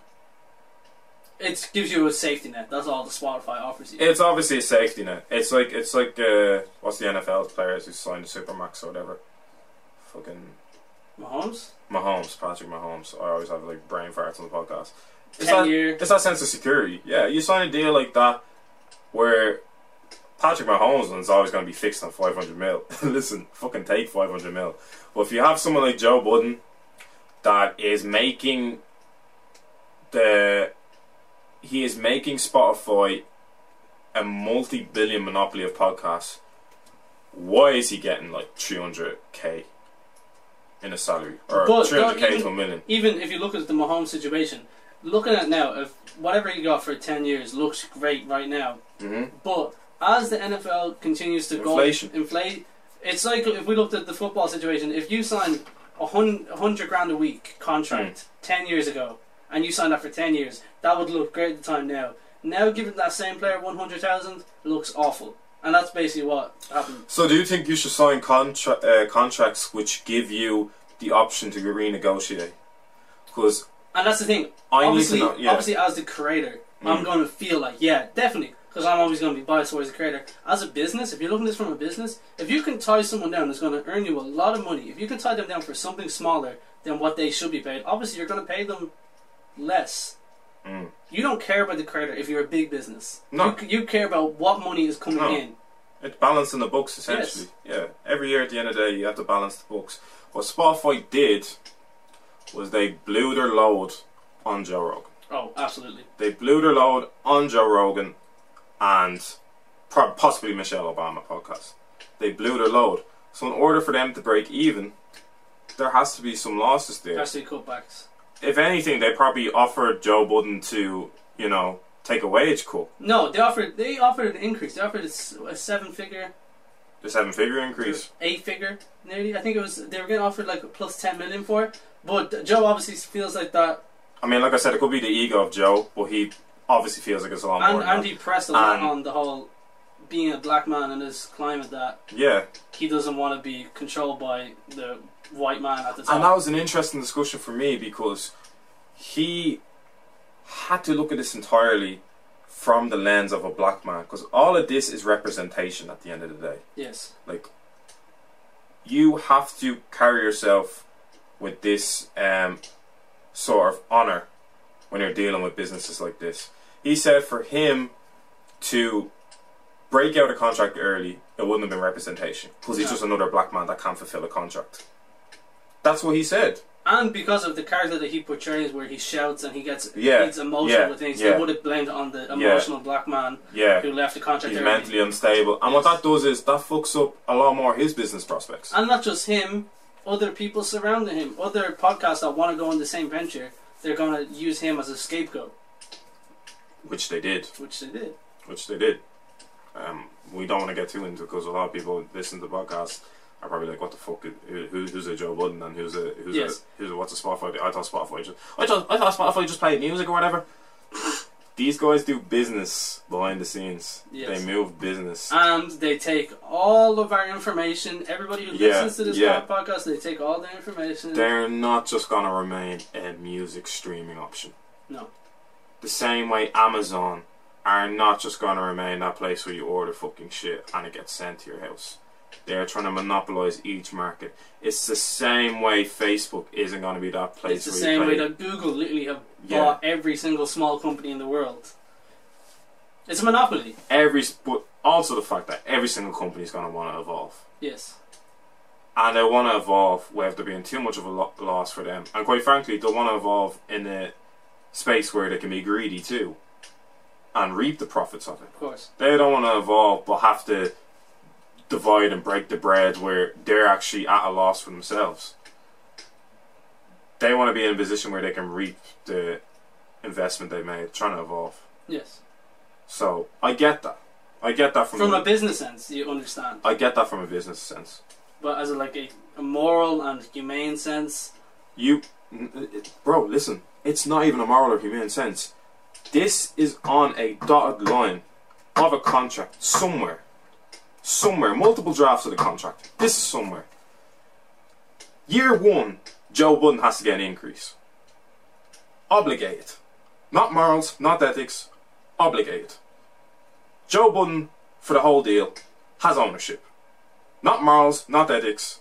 Speaker 3: It gives you a safety net. That's all the Spotify offers you.
Speaker 2: It's obviously a safety net. It's like it's like uh, what's the NFL's players who signed a supermax or whatever. Fucking
Speaker 3: Mahomes,
Speaker 2: Mahomes, Patrick Mahomes. I always have like brain farts on the podcast. It's
Speaker 3: ten
Speaker 2: that,
Speaker 3: year.
Speaker 2: it's that sense of security. Yeah, you sign a deal like that where Patrick Mahomes is always going to be fixed on 500 mil. *laughs* Listen, fucking take 500 mil. But if you have someone like Joe Budden that is making the he is making Spotify a multi-billion monopoly of podcasts. Why is he getting like 300k in a salary or
Speaker 3: But don't
Speaker 2: 300k
Speaker 3: even-
Speaker 2: to a million?
Speaker 3: even if you look at the Mahomes situation, looking at now, if whatever he got for ten years looks great right now,
Speaker 2: hmm
Speaker 3: but as the NFL continues to
Speaker 2: Inflation.
Speaker 3: go inflate, it's like if we looked at the football situation. If you signed a hun- a hundred grand a week contract ten years ago, and you signed that for ten years, that would look great at the time now. Now, giving that same player one hundred thousand looks awful, and that's basically what happened.
Speaker 2: So, do you think you should sign contra- uh, contracts which give you the option to renegotiate? Because
Speaker 3: And that's the thing.
Speaker 2: I need
Speaker 3: obviously,
Speaker 2: to know- yeah. Mm.
Speaker 3: obviously, as the creator, I'm going to feel like, yeah, definitely, because I'm always going to be biased towards the creator. As a business, if you're looking at this from a business, if you can tie someone down that's going to earn you a lot of money, if you can tie them down for something smaller than what they should be paid, obviously you're going to pay them less.
Speaker 2: Mm.
Speaker 3: You don't care about the creator if you're a big business.
Speaker 2: No.
Speaker 3: You, c- you care about what money is coming
Speaker 2: No.
Speaker 3: in.
Speaker 2: it's balancing the books essentially. Yeah, every year at the end of the day, you have to balance the books. What Spotify did was they blew their load on Joe Rogan.
Speaker 3: Oh, absolutely.
Speaker 2: They blew their load on Joe Rogan and pro- possibly Michelle Obama podcast. They blew their load. So, in order for them to break even, there has to be some losses there.
Speaker 3: Especially cutbacks.
Speaker 2: if anything, they probably offered Joe Budden to, you know, take a wage cut,
Speaker 3: No, they offered they offered an increase. They offered a s a a seven figure
Speaker 2: the seven figure increase.
Speaker 3: eight figure nearly. I think it was they were getting offered like plus ten million for it. But Joe obviously feels like that,
Speaker 2: I mean, like I said, it could be the ego of Joe, but he obviously feels like it's a lot
Speaker 3: and
Speaker 2: more. than
Speaker 3: and
Speaker 2: that.
Speaker 3: he pressed a lot
Speaker 2: And-
Speaker 3: on the whole being a black man in this climate that
Speaker 2: yeah,
Speaker 3: he doesn't want to be controlled by the white man at the
Speaker 2: and that
Speaker 3: time.
Speaker 2: was an interesting discussion for me because he had to look at this entirely from the lens of a black man because all of this is representation at the end of the day.
Speaker 3: Yes.
Speaker 2: Like, you have to carry yourself with this um, sort of honor when you're dealing with businesses like this. He said for him to break out a contract early, it wouldn't have been representation because he's
Speaker 3: No.
Speaker 2: just another black man that can't fulfill a contract. That's what he said.
Speaker 3: And because of the character that he portrays, where he shouts and he gets
Speaker 2: Yeah,
Speaker 3: he's emotional
Speaker 2: yeah,
Speaker 3: with things,
Speaker 2: yeah.
Speaker 3: they would have blamed it on the emotional black man
Speaker 2: Yeah,
Speaker 3: who left the contract
Speaker 2: he's
Speaker 3: early.
Speaker 2: mentally unstable, and what that does is that fucks up a lot more of his business prospects.
Speaker 3: And not just him, other people surrounding him, other podcasts that want to go on the same venture, they're going to use him as a scapegoat,
Speaker 2: Which they did.
Speaker 3: which they did.
Speaker 2: Which they did. Um, we don't want to get too into because a lot of people listen to podcasts are probably like, "What the fuck? Who, who- who's a Joe Budden and who's a who's
Speaker 3: Yes.
Speaker 2: a who's a, what's a Spotify? I thought Spotify just I thought I thought Spotify just played music or whatever." These guys do business behind the scenes.
Speaker 3: Yes.
Speaker 2: They move business.
Speaker 3: And they take all of our information, everybody who
Speaker 2: Yeah,
Speaker 3: listens to this
Speaker 2: yeah.
Speaker 3: podcast, they take all the information.
Speaker 2: They're not just gonna remain a music streaming option.
Speaker 3: no.
Speaker 2: The same way Amazon are not just going to remain that place where you order fucking shit and it gets sent to your house. They're trying to monopolize each market. It's the same way Facebook isn't going to be that place.
Speaker 3: It's the
Speaker 2: where
Speaker 3: same
Speaker 2: you
Speaker 3: way
Speaker 2: play.
Speaker 3: that Google literally have
Speaker 2: Yeah.
Speaker 3: bought every single small company in the world. It's a monopoly.
Speaker 2: every, s- but also the fact that every single company is going to want to evolve,
Speaker 3: Yes.
Speaker 2: and they want to evolve without there being too much of a lo- loss for them. And quite frankly, they want to evolve in a space where they can be greedy too, and reap the profits of it.
Speaker 3: Of course.
Speaker 2: they don't want to evolve but have to divide and break the bread where they're actually at a loss for themselves. They want to be in a position where they can reap the investment they made trying to evolve.
Speaker 3: Yes.
Speaker 2: So I get that. I get that from,
Speaker 3: From a business sense, you understand.
Speaker 2: I get that from a business sense.
Speaker 3: But as a, like a, a moral and humane sense,
Speaker 2: You, n- it- bro, listen. It's not even a moral or humane sense. This is on a dotted line of a contract somewhere, somewhere. Multiple drafts of the contract. This is somewhere. Year one, Joe Budden has to get an increase. Obligated. Not morals, not ethics. Obligated. Joe Budden, for the whole deal, has ownership. Not morals, not ethics.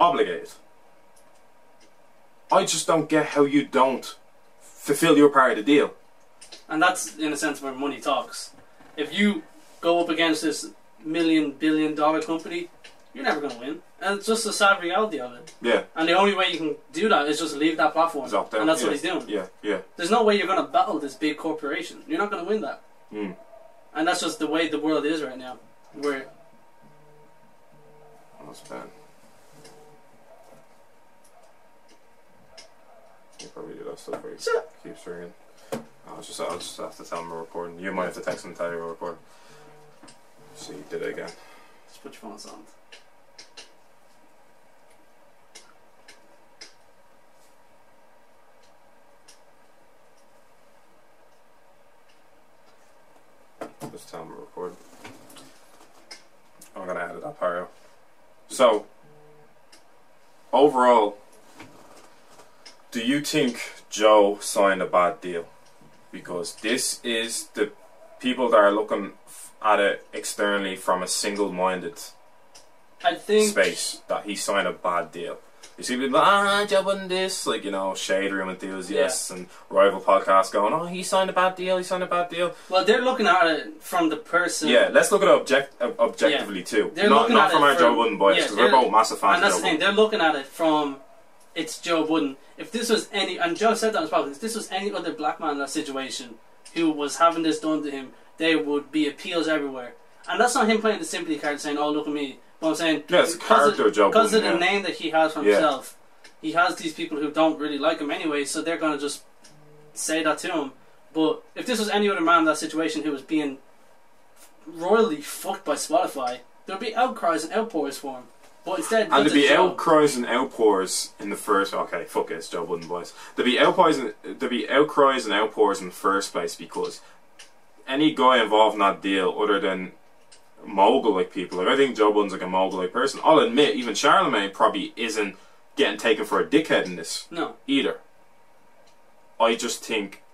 Speaker 2: Obligated. I just don't get how you don't fulfill your part of the deal.
Speaker 3: and that's in a sense where money talks. If you go up against this million billion dollar company, you're never going to win. And it's just the sad reality of it.
Speaker 2: Yeah.
Speaker 3: And the only way you can do that is just leave that platform.
Speaker 2: It's opt out.
Speaker 3: And that's
Speaker 2: yeah.
Speaker 3: what he's doing.
Speaker 2: Yeah, yeah.
Speaker 3: There's no way you're going to battle this big corporation. You're not going to win that.
Speaker 2: Mm.
Speaker 3: And that's just the way the world is right now. Where
Speaker 2: Oh, That's bad. You probably do that stuff where you
Speaker 3: Sure.
Speaker 2: keep stringing. I'll just, I'll just have to tell him we're recording. You might have to text him and tell you we're recording. See, you did it again.
Speaker 3: just put your phone on silent.
Speaker 2: Just tell him we're recording. I'm gonna edit that part out. So, overall, do you think Joe signed a bad deal? Because this is the people that are looking f- at it externally from a single-minded
Speaker 3: I think
Speaker 2: space that he signed a bad deal. You see people ah Joe won this like you know shade room enthusiasts and rival podcasts going oh he signed a bad deal he signed a bad deal
Speaker 3: Well, they're looking at it from the person.
Speaker 2: yeah, let's look at it object- ob- objectively too.
Speaker 3: They're
Speaker 2: not
Speaker 3: looking
Speaker 2: not
Speaker 3: at
Speaker 2: from
Speaker 3: it
Speaker 2: our Joe
Speaker 3: from-
Speaker 2: Budden bias
Speaker 3: yeah,
Speaker 2: because
Speaker 3: they're-
Speaker 2: we're both massive fans
Speaker 3: And that's
Speaker 2: of
Speaker 3: the
Speaker 2: Joe
Speaker 3: thing,
Speaker 2: Budden.
Speaker 3: they're looking at it from it's Joe Budden. If this was any, and Joe said that as well, if this was any other black man in that situation who was having this done to him, there would be appeals everywhere. And that's not him playing the sympathy card saying, oh, look at me. But I'm saying,
Speaker 2: Yeah, it's the
Speaker 3: because
Speaker 2: character of Joe
Speaker 3: Because of the
Speaker 2: Budden, yeah.
Speaker 3: name that he has for
Speaker 2: Yeah.
Speaker 3: himself, he has these people who don't really like him anyway, so they're going to just say that to him. But if this was any other man in that situation who was being royally fucked by Spotify, there'd be outcries and outpours for him. But instead,
Speaker 2: And
Speaker 3: it's
Speaker 2: there'd be
Speaker 3: a joke.
Speaker 2: outcries and outpours in the first. Okay, fuck it, it's Joe Budden bias. There'd be outcries and there'd be outcries and outpours in the first place because any guy involved in that deal, other than mogul like people, like I think Joe Budden's like a mogul like person. I'll admit, even Charlemagne probably isn't getting taken for a dickhead in this
Speaker 3: No,
Speaker 2: either. I just think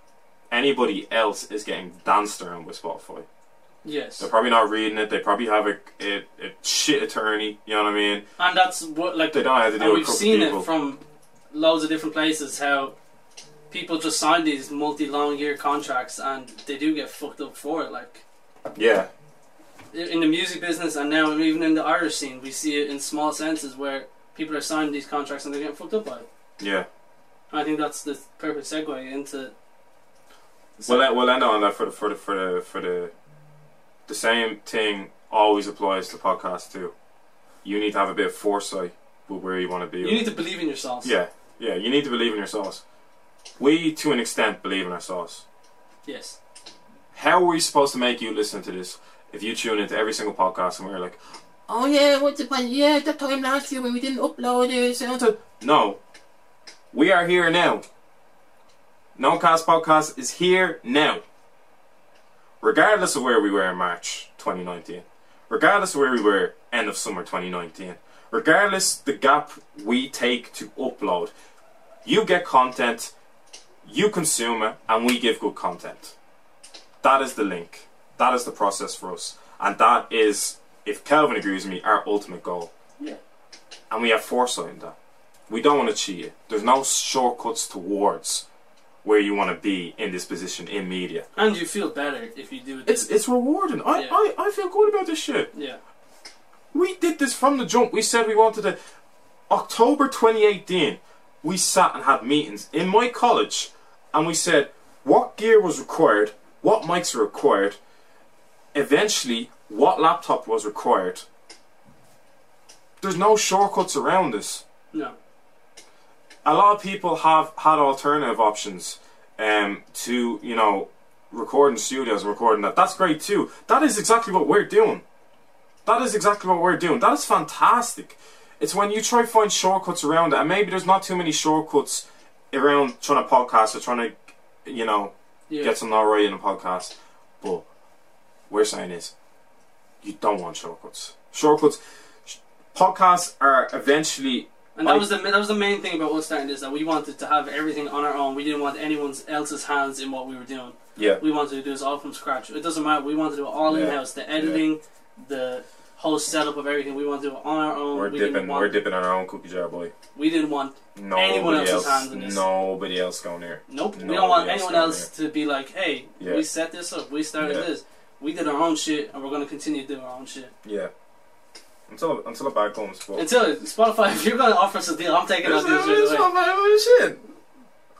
Speaker 2: anybody else is getting danced around with Spotify.
Speaker 3: Yes.
Speaker 2: They're probably not reading it. They probably have a, a, a shit attorney. You know what I mean?
Speaker 3: And that's what like
Speaker 2: They don't have to
Speaker 3: and
Speaker 2: deal with
Speaker 3: we've
Speaker 2: crooked
Speaker 3: seen
Speaker 2: people.
Speaker 3: it from loads of different places how people just sign these multi long year contracts and they do get fucked up for it. Like
Speaker 2: yeah,
Speaker 3: in the music business and now even in the Irish scene, we see it in small senses where people are signing these contracts and they're getting fucked up by it.
Speaker 2: yeah.
Speaker 3: And I think that's the perfect segue into.
Speaker 2: We'll, en- we'll end on that for the for the for the for the the same thing always applies to podcasts too. You need to have a bit of foresight with where you want to be.
Speaker 3: you need to believe in yourself.
Speaker 2: yeah, yeah. You need to believe in your sauce. We, to an extent, believe in our sauce.
Speaker 3: Yes.
Speaker 2: How are we supposed to make you listen to this if you tune into every single podcast and we're like,
Speaker 1: Oh yeah, what's the plan? Yeah, that time last year when we didn't upload it, so
Speaker 2: no, we are here now. Noncast Podcast is here now. Regardless of where we were in March 2019, regardless of where we were end of summer 2019, regardless the gap we take to upload, you get content, you consume it, and we give good content. That is the link. That is the process for us. And that is, if Kelvin agrees with me, our ultimate goal.
Speaker 3: Yeah.
Speaker 2: And we have foresight in that. We don't want to cheat it. There's no shortcuts towards where you want to be in this position in media.
Speaker 3: And you feel better if you do it.
Speaker 2: It's it's rewarding. I,
Speaker 3: Yeah.
Speaker 2: I, I feel good about this shit.
Speaker 3: yeah.
Speaker 2: We did this from the jump. We said we wanted to. October 2018, we sat and had meetings in my college and we said what gear was required, what mics were required, eventually what laptop was required. There's no shortcuts around this
Speaker 3: No.
Speaker 2: a lot of people have had alternative options um, to you know recording studios and recording that that's great too that is exactly what we're doing that is exactly what we're doing that is fantastic it's when you try to find shortcuts around it and maybe there's not too many shortcuts around trying to podcast or trying to you know
Speaker 3: Yeah.
Speaker 2: get something alright in a podcast but we're saying is you don't want shortcuts shortcuts sh- podcasts are eventually
Speaker 3: And that
Speaker 2: I-
Speaker 3: was the that was the main thing about us starting this that we wanted to have everything on our own. We didn't want anyone else's hands in what we were doing.
Speaker 2: yeah
Speaker 3: We wanted to do this all from scratch. It doesn't matter. We wanted to do it all
Speaker 2: Yeah.
Speaker 3: in house. The editing, the whole setup of everything. We wanted to do it on our own.
Speaker 2: We're
Speaker 3: we
Speaker 2: dipping.
Speaker 3: Didn't want,
Speaker 2: We're dipping in our own cookie jar, boy.
Speaker 3: We didn't want. Anyone
Speaker 2: Nobody
Speaker 3: else's
Speaker 2: else.
Speaker 3: hands in this.
Speaker 2: Nobody else going there.
Speaker 3: Nope. we
Speaker 2: Nobody
Speaker 3: don't want
Speaker 2: else
Speaker 3: anyone
Speaker 2: down
Speaker 3: else to be like, hey,
Speaker 2: Yeah.
Speaker 3: we set this up. We started
Speaker 2: Yeah.
Speaker 3: this. We did our own shit, and we're going to continue to do our own shit
Speaker 2: Yeah. Until until a bad comes. But
Speaker 3: until Spotify. *laughs* If you're going to offer us a deal, I'm taking
Speaker 2: This
Speaker 3: that
Speaker 2: is-
Speaker 3: deal
Speaker 2: this is
Speaker 3: straight
Speaker 2: not
Speaker 3: away.
Speaker 2: my own shit.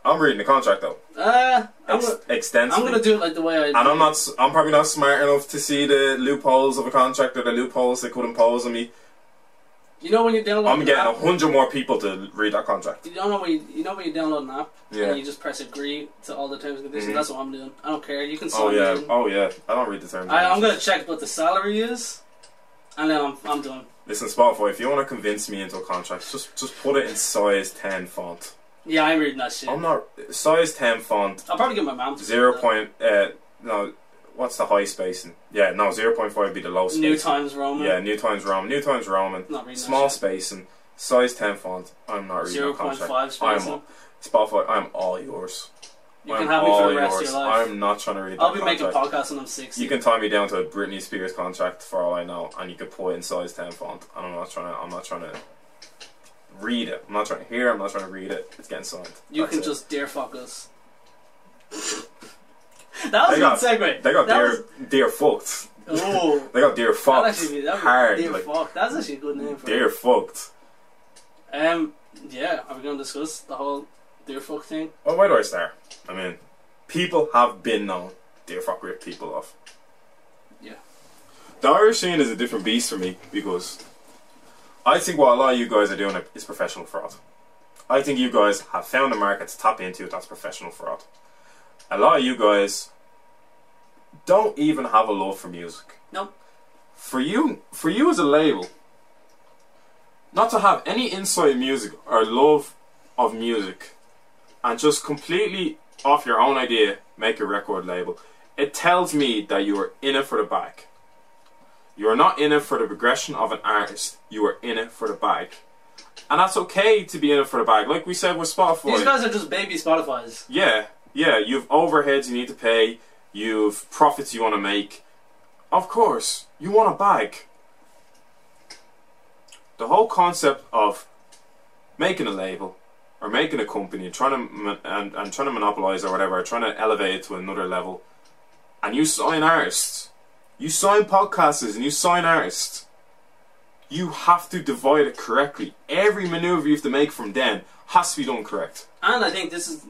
Speaker 2: I'm reading the contract though
Speaker 3: Uh, I'm
Speaker 2: Ex-
Speaker 3: gonna, I'm
Speaker 2: extensively.
Speaker 3: gonna do it like the way I.
Speaker 2: and I'm not. s- I'm probably not smart enough to see the loopholes of a contract or the loopholes they could impose on me.
Speaker 3: You know when you download.
Speaker 2: I'm
Speaker 3: an
Speaker 2: getting a
Speaker 3: app-
Speaker 2: hundred more people to read that contract.
Speaker 3: You don't know when you, you know when you download an app
Speaker 2: Yeah.
Speaker 3: and you just press agree to all the terms and conditions.
Speaker 2: Mhm.
Speaker 3: That's what I'm doing. I don't care. You can sign
Speaker 2: Oh yeah.
Speaker 3: in.
Speaker 2: Oh yeah. I don't read the terms. and
Speaker 3: I, I'm
Speaker 2: conditions.
Speaker 3: gonna check what the salary is, and then I'm I'm done.
Speaker 2: Listen, Spotify. If you want to convince me into a contract, just just put it in size ten font.
Speaker 3: Yeah, I'm reading that shit.
Speaker 2: I'm not size ten font.
Speaker 3: I'll probably get my mom to
Speaker 2: Oh. Zero
Speaker 3: read that.
Speaker 2: point uh no what's the high spacing? Yeah, no, zero point five would be the low spacing.
Speaker 3: New Times Roman.
Speaker 2: Yeah, New Times Roman. New Times Roman.
Speaker 3: Not reading that
Speaker 2: Small
Speaker 3: shit.
Speaker 2: spacing. Size ten font. I'm not reading
Speaker 3: Zero
Speaker 2: that
Speaker 3: point
Speaker 2: contract.
Speaker 3: five
Speaker 2: I'm
Speaker 3: spacing.
Speaker 2: all, Spotify, I'm all yours.
Speaker 3: You
Speaker 2: I'm
Speaker 3: can have me for
Speaker 2: all
Speaker 3: the rest of your
Speaker 2: yours.
Speaker 3: life.
Speaker 2: I'm not trying to read that
Speaker 3: I'll be
Speaker 2: contract.
Speaker 3: making podcasts when I'm 60.
Speaker 2: you can tie me down to a Britney Spears contract for all I know, and you could put it in size ten font. And I'm not trying to. I'm not trying to read it. I'm not trying to hear. it, I'm not trying to read it. It's getting signed.
Speaker 3: You
Speaker 2: That's
Speaker 3: can
Speaker 2: it.
Speaker 3: just dare fuck us. *laughs* that was
Speaker 2: They
Speaker 3: a
Speaker 2: got-
Speaker 3: good segue.
Speaker 2: They got
Speaker 3: that
Speaker 2: dear dear fucked.
Speaker 3: Was, oh,
Speaker 2: They got dear
Speaker 3: that
Speaker 2: fucked
Speaker 3: actually that
Speaker 2: hard.
Speaker 3: was, dear
Speaker 2: like,
Speaker 3: fuck. That's actually a good name for it.
Speaker 2: They're fucked.
Speaker 3: Um, yeah, are we going to discuss the whole deer fuck thing?
Speaker 2: Well, Oh, where do I start? I mean, people have been known dear fuck rip people off.
Speaker 3: Yeah.
Speaker 2: The Irish scene is a different beast for me because I think what a lot of you guys are doing is professional fraud. I think you guys have found a market to tap into that's professional fraud. A lot of you guys don't even have a love for music.
Speaker 3: Nope.
Speaker 2: For you, for you as a label, not to have any insight in music or love of music and just completely off your own idea make a record label, it tells me that you are in it for the bag. You are not in it for the progression of an artist. You are in it for the bag. And that's okay to be in it for the bag. Like we said with Spotify.
Speaker 3: These guys are just baby Spotify's.
Speaker 2: yeah. yeah, you've overheads you need to pay, you've profits you want to make. Of course, you want a bag. The whole concept of making a label or making a company and trying to mon- and, and trying to monopolize or whatever, or trying to elevate it to another level, and you sign artists, you sign podcasters, and you sign artists. You have to divide it correctly. Every maneuver you have to make from then has to be done correct.
Speaker 3: And I think this is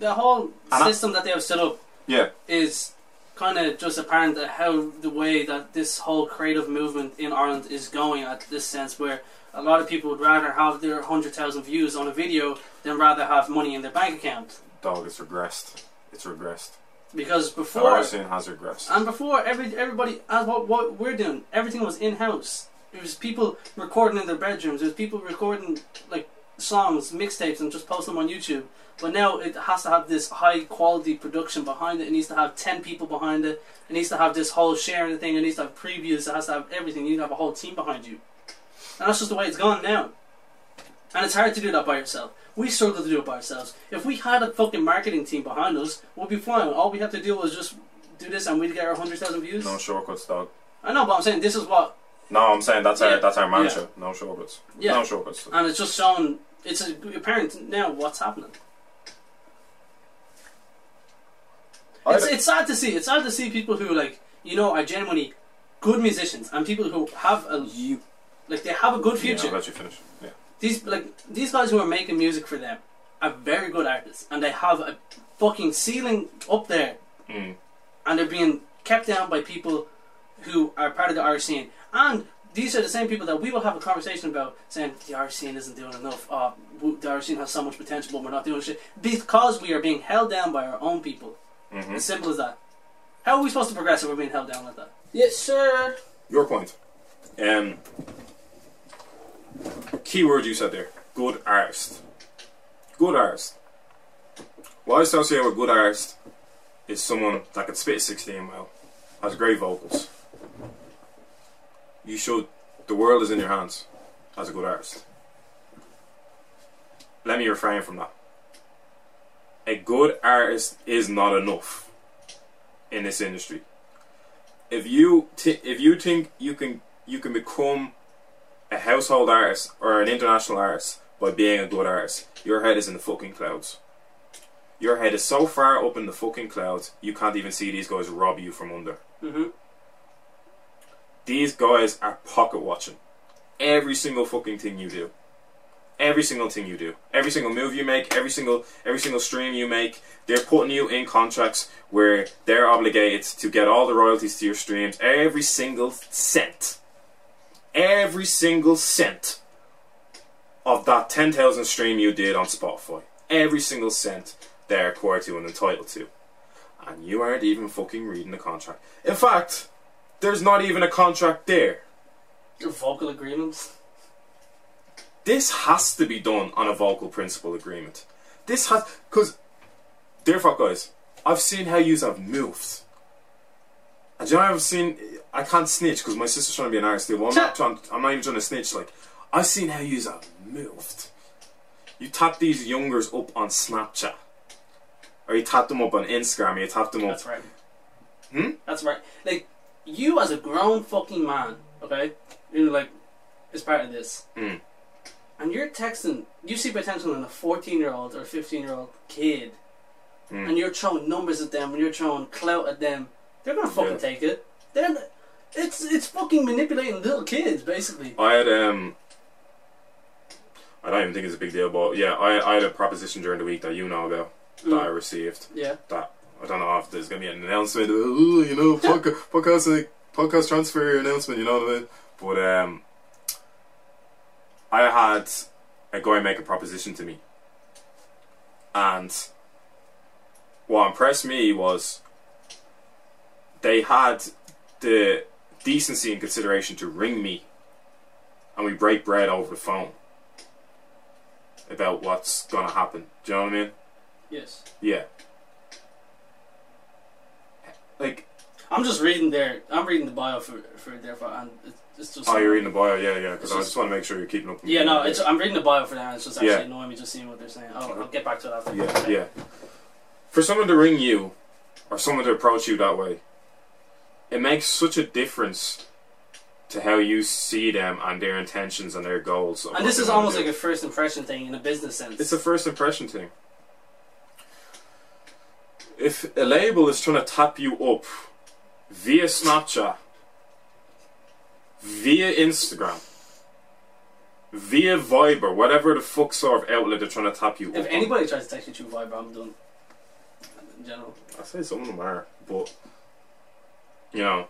Speaker 3: the whole
Speaker 2: And I-
Speaker 3: system that they have set up
Speaker 2: Yeah.
Speaker 3: is kind of just apparent that how the way that this whole creative movement in Ireland is going at this sense where a lot of people would rather have their 100,000 views on a video than rather have money in their bank account
Speaker 2: dog it's regressed. It's regressed.
Speaker 3: because before
Speaker 2: Harrison has regressed.
Speaker 3: and before every everybody and what, what we're doing everything was in house it was people recording in their bedrooms it was people recording like songs mixtapes and just post them on YouTube but now it has to have this high quality production behind it it needs to have 10 people behind it it needs to have this whole sharing thing it needs to have previews it has to have everything you need to have a whole team behind you and that's just the way it's gone now and it's hard to do that by yourself. We struggle to do it by ourselves. If we had a fucking marketing team behind us, we'd be fine. All we have to do is just do this and we'd get our 100,000 views.
Speaker 2: No shortcuts, dog.
Speaker 3: I know, but I'm saying this is what.
Speaker 2: No, I'm saying that's
Speaker 3: Yeah.
Speaker 2: our that's our mantra. No shortcuts.
Speaker 3: Yeah.
Speaker 2: No shortcuts.
Speaker 3: And it's just shown. It's apparent now what's happening.
Speaker 2: I
Speaker 3: It's,
Speaker 2: don't-
Speaker 3: it's sad to see. It's sad to see people who, like, you know, are genuinely good musicians and people who have a.
Speaker 2: you
Speaker 3: Like, they have a good
Speaker 2: Yeah,
Speaker 3: future.
Speaker 2: I'll let you finish. Yeah.
Speaker 3: these like these guys who are making music for them are very good artists and they have a fucking ceiling up there
Speaker 2: Mm.
Speaker 3: and they're being kept down by people who are part of the Irish scene and these are the same people that we will have a conversation about saying the Irish scene isn't doing enough uh, w- the Irish scene has so much potential but we're not doing shit because we are being held down by our own people
Speaker 2: Mhm.
Speaker 3: as simple as that how are we supposed to progress if we're being held down like that yes sir
Speaker 2: Your point. Um key word you said there. Good artist. Good artist. What I associate with good artist is someone that can spit sixteen well, has great vocals. You should the world is in your hands as a good artist. Let me refrain from that. A good artist is not enough in this industry if you t- if you think you can you can become a household artist or an international artist by being a good artist, your head is in the fucking clouds. Your head is so far up in the fucking clouds, you can't even see these guys rob you from under.
Speaker 3: Mhm.
Speaker 2: These guys are pocket watching every single fucking thing you do, every single thing you do, every single move you make, every single every single stream you make. They're putting you in contracts where they're obligated to get all the royalties to your streams, every single cent, every single cent of that ten thousand stream you did on Spotify. Every single cent they're required to and entitled to. And you aren't even fucking reading the contract. In fact, there's not even a contract there.
Speaker 3: your vocal agreements
Speaker 2: this has to be done on a vocal principle agreement. This has because, dear fuck guys, I've seen how yous have moved. And do you know I've seen? I can't snitch because my sister's trying to be an artist. Well, I'm not trying. I'm not even trying to snitch. Like I've seen how yous have moved. You tap these youngers up on Snapchat, or you tap them up on Instagram, or you tap them up.
Speaker 3: That's right.
Speaker 2: Hmm?
Speaker 3: That's right. Like you as a grown fucking man, okay, you're like is part of this.
Speaker 2: Mm.
Speaker 3: And you're texting you see potential in a fourteen year old or fifteen year old kid
Speaker 2: Mm.
Speaker 3: and you're throwing numbers at them and you're throwing clout at them, they're gonna fucking
Speaker 2: Yeah.
Speaker 3: take it. Then it's it's fucking manipulating little kids basically.
Speaker 2: I had um. I don't even think it's a big deal, but yeah, I, I had a proposition during the week that you know about that I
Speaker 3: Mm.
Speaker 2: received.
Speaker 3: Yeah.
Speaker 2: That I don't know if there's gonna be an announcement. Ooh, you know, podca- podcast like, podcast transfer announcement. You know what I mean? But um, I had a guy make a proposition to me, and what impressed me was they had the decency and consideration to ring me and we break bread over the phone about what's gonna happen. Do you know what I mean?
Speaker 3: Yes.
Speaker 2: Yeah. Like,
Speaker 3: I'm just reading their I'm reading the bio for for their and it's, it's just
Speaker 2: oh, you're reading the bio, yeah, yeah, because
Speaker 3: It's
Speaker 2: I
Speaker 3: just-
Speaker 2: just want to make sure you're keeping up. with
Speaker 3: Yeah,
Speaker 2: the-
Speaker 3: no, it's, I'm reading the bio for now. It's just actually
Speaker 2: Yeah.
Speaker 3: annoying me just seeing what they're saying. Oh, I'll get back to that. After.
Speaker 2: Yeah, yeah. for someone to ring you or someone to approach you that way, it makes such a difference to how you see them and their intentions and their goals.
Speaker 3: And this is almost like a first impression thing in a business sense.
Speaker 2: it's a first impression thing. If a label is trying to tap you up via Snapchat, via Instagram, via Viber, whatever the fuck sort of outlet they're trying to tap you
Speaker 3: if
Speaker 2: up. on,
Speaker 3: anybody tries to text you through Viber, I'm done. In general,
Speaker 2: I say some of them are, but you know,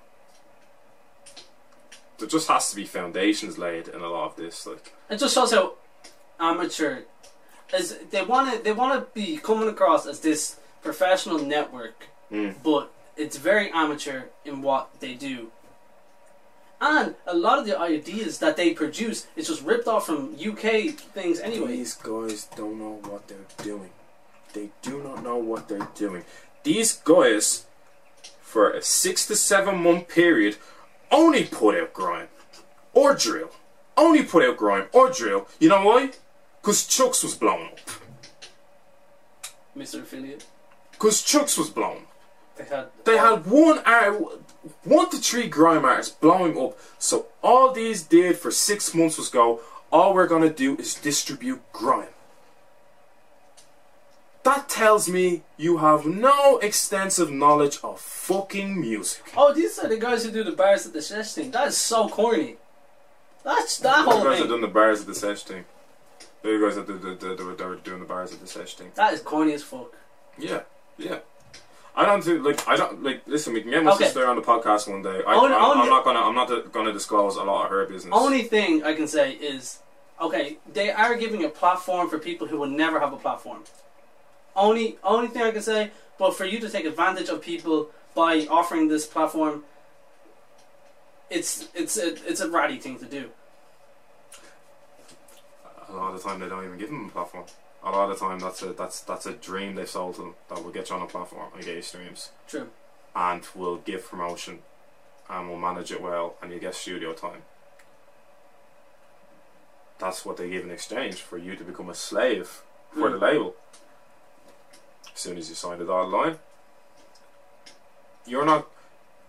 Speaker 2: there just has to be foundations laid in a lot of this. Like,
Speaker 3: it just shows how amateur as they want to. They want to be coming across as this professional network,
Speaker 2: Mm.
Speaker 3: but it's very amateur in what they do. And a lot of the ideas that they produce is just ripped off from UK things anyway.
Speaker 2: These guys don't know what they're doing. They do not know what they're doing. These guys, for a six to seven month period, only put out grime or drill. Only put out grime or drill. You know why? Because Chucks was blown up.
Speaker 3: Mr. Affiliate.
Speaker 2: Because Chucks was blown up.
Speaker 3: They had.
Speaker 2: They had one art, one to three grime artists blowing up. So all these did for six months was go. All we're gonna do is distribute grime. That tells me you have no extensive knowledge of fucking music.
Speaker 3: Oh, these are the guys who do the bars at the sesh thing. That is so corny. That's that whole thing.
Speaker 2: the bars at the sesh thing. The guys that, that, that, that were doing the bars at the sesh thing.
Speaker 3: That is corny as fuck.
Speaker 2: Yeah, yeah. I don't think like I don't like. Listen, we can get my
Speaker 3: Okay.
Speaker 2: sister on the podcast one day. I,
Speaker 3: Only-
Speaker 2: I'm, I'm
Speaker 3: only-
Speaker 2: not gonna. I'm not gonna disclose a lot of her business.
Speaker 3: Only thing I can say is, okay, they are giving a platform for people who will never have a platform. Only, only thing I can say. But for you to take advantage of people by offering this platform, it's it's a, it's a ratty thing to do.
Speaker 2: A lot of the time they don't even give them a platform. A lot of the time that's a that's that's a dream they've sold to them that will get you on a platform and get you streams
Speaker 3: True.
Speaker 2: and will give promotion and will manage it well and you get studio time. That's what they give in exchange for you to become a slave for the label. As soon as you sign the dotted line, you're not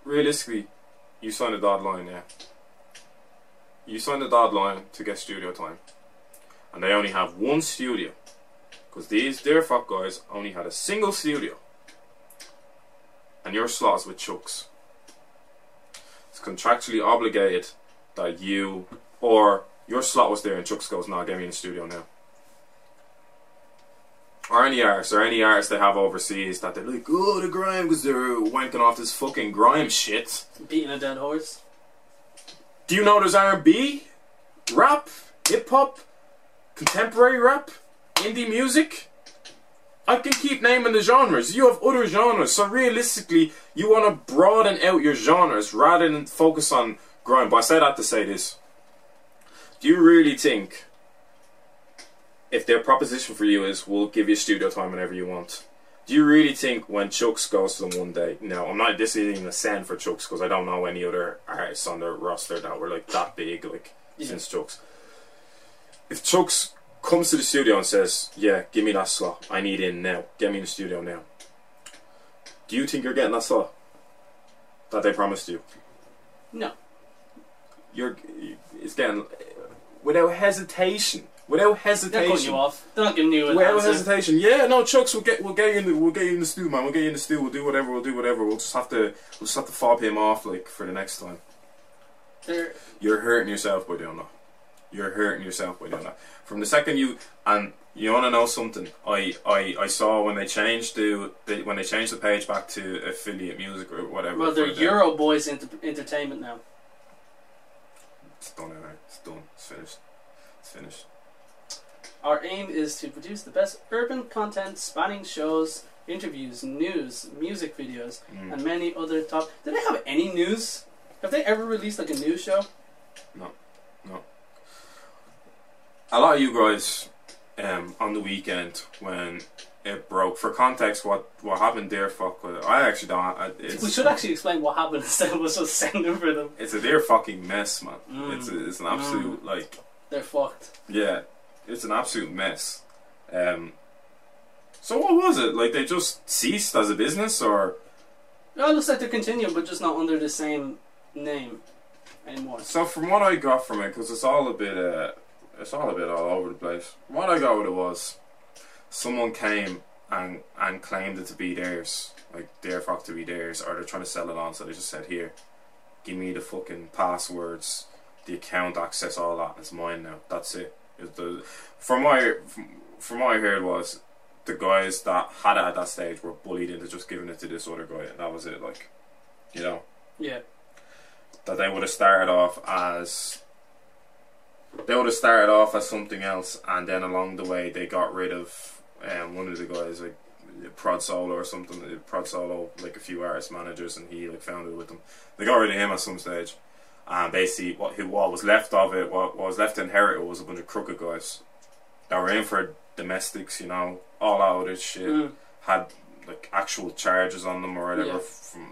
Speaker 2: realistically you sign the dotted line, yeah. You sign the dotted line to get studio time. And they only have one studio. Because these dear fuck guys only had a single studio and your slot is with Chucks. It's contractually obligated that you or your slot was there and Chucks goes, nah, get me in the studio now. Or any artists, or any artists they have overseas that they're like, oh, the grime, because they're wanking off this fucking grime shit.
Speaker 3: Beating a dead horse.
Speaker 2: Do you know there's R&B, rap, hip hop, contemporary rap, indie music? I can keep naming the genres. You have other genres, so realistically, you want to broaden out your genres rather than focus on grime. But I say that to say this: Do you really think if their proposition for you is "We'll give you studio time whenever you want"? Do you really think when Chucks goes to them one day? No, I'm not. This isn't even a send for Chucks because I don't know any other artists on their roster that were like that big, like since Chucks. If Chucks comes to the studio and says, "Yeah, give me that slot. I need in now. Get me in the studio now." Do you think you're getting that slot that they promised you?
Speaker 3: No.
Speaker 2: You're it's getting without hesitation. Without
Speaker 3: They're cutting you
Speaker 2: hesitation.
Speaker 3: off. They're not giving you an
Speaker 2: Without
Speaker 3: answer.
Speaker 2: hesitation. Yeah, no, Chucks. We'll get we'll get you in the we'll get you in the stew, man. We'll get you in the stew. We'll do whatever. We'll do whatever. We'll just have to we'll just have to fob him off like for the next time.
Speaker 3: They're-
Speaker 2: You're hurting yourself by doing that. You're hurting yourself by doing that. From the second you and you want to know something, I, I I saw when they changed the, the when they changed the page back to affiliate music or whatever.
Speaker 3: well, they're
Speaker 2: for the-
Speaker 3: Euro Boys Enter- Entertainment now.
Speaker 2: It's done. Anyway. It's done. It's finished. It's finished.
Speaker 3: Our aim is to produce the best urban content spanning shows, interviews, news, music videos,
Speaker 2: Mm.
Speaker 3: and many other top. Do they have any news? Have they ever released like a news show?
Speaker 2: a lot of you guys um, on the weekend when it broke. For context, what what happened there? Fuck with it. I actually don't. I,
Speaker 3: we
Speaker 2: it's,
Speaker 3: should actually explain what happened *laughs* instead of us just sending for them.
Speaker 2: it's a dear fucking mess, man.
Speaker 3: Mm.
Speaker 2: It's a, it's an absolute like
Speaker 3: They're fucked.
Speaker 2: yeah, it's an absolute mess. Um, So what was it? Like they just ceased as a business, or
Speaker 3: No, it looks like they're continuing, but just not under the same name anymore.
Speaker 2: so? From what I got from it, because it's all a bit, uh, it's all a bit all over the place. From What I got with it was, someone came and and claimed it to be theirs, like their fuck to be theirs, or they're trying to sell it on. So they just said, "Here, give me the fucking passwords, the account access, all that. It's mine now. That's it." It was the- from what I, from, from what I heard was, the guys that had it at that stage were bullied into just giving it to this other guy, and that was it. Like, you know.
Speaker 3: Yeah.
Speaker 2: that they would have started off as they would have started off as something else, and then along the way they got rid of um, one of the guys like Prod Solo or something. uh, Prod Solo like a few artist managers, and he like founded with them. They got rid of him at some stage, and basically what who what was left of it, what, what was left to inherit it was a bunch of crooked guys that were in for domestics, you know, all out of shit
Speaker 3: Mm.
Speaker 2: had like actual charges on them or whatever
Speaker 3: Yeah.
Speaker 2: from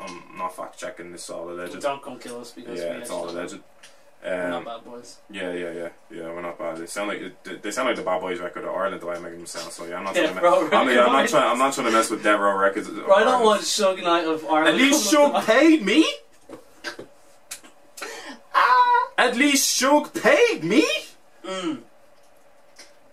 Speaker 2: I'm not fact checking this is all alleged.
Speaker 3: Don't come kill us because
Speaker 2: Yeah,
Speaker 3: we
Speaker 2: it's all
Speaker 3: actually-
Speaker 2: alleged.
Speaker 3: we're
Speaker 2: Um,
Speaker 3: not bad boys.
Speaker 2: yeah, yeah, yeah, yeah. We're not bad. They sound like they- they sound like the Bad Boys record of Ireland. The way I'm making them sound. So yeah, I'm not.
Speaker 3: Yeah,
Speaker 2: trying to
Speaker 3: bro,
Speaker 2: me- I'm, yeah, I'm not
Speaker 3: right.
Speaker 2: trying. I'm not trying to mess with Dead Row Records. of
Speaker 3: Bro, I don't
Speaker 2: Ireland.
Speaker 3: want Shug Knight of Ireland.
Speaker 2: At
Speaker 3: *laughs* coming
Speaker 2: least Shug
Speaker 3: up to
Speaker 2: paid me. At least Shug paid me.
Speaker 3: my- Ah. Mm.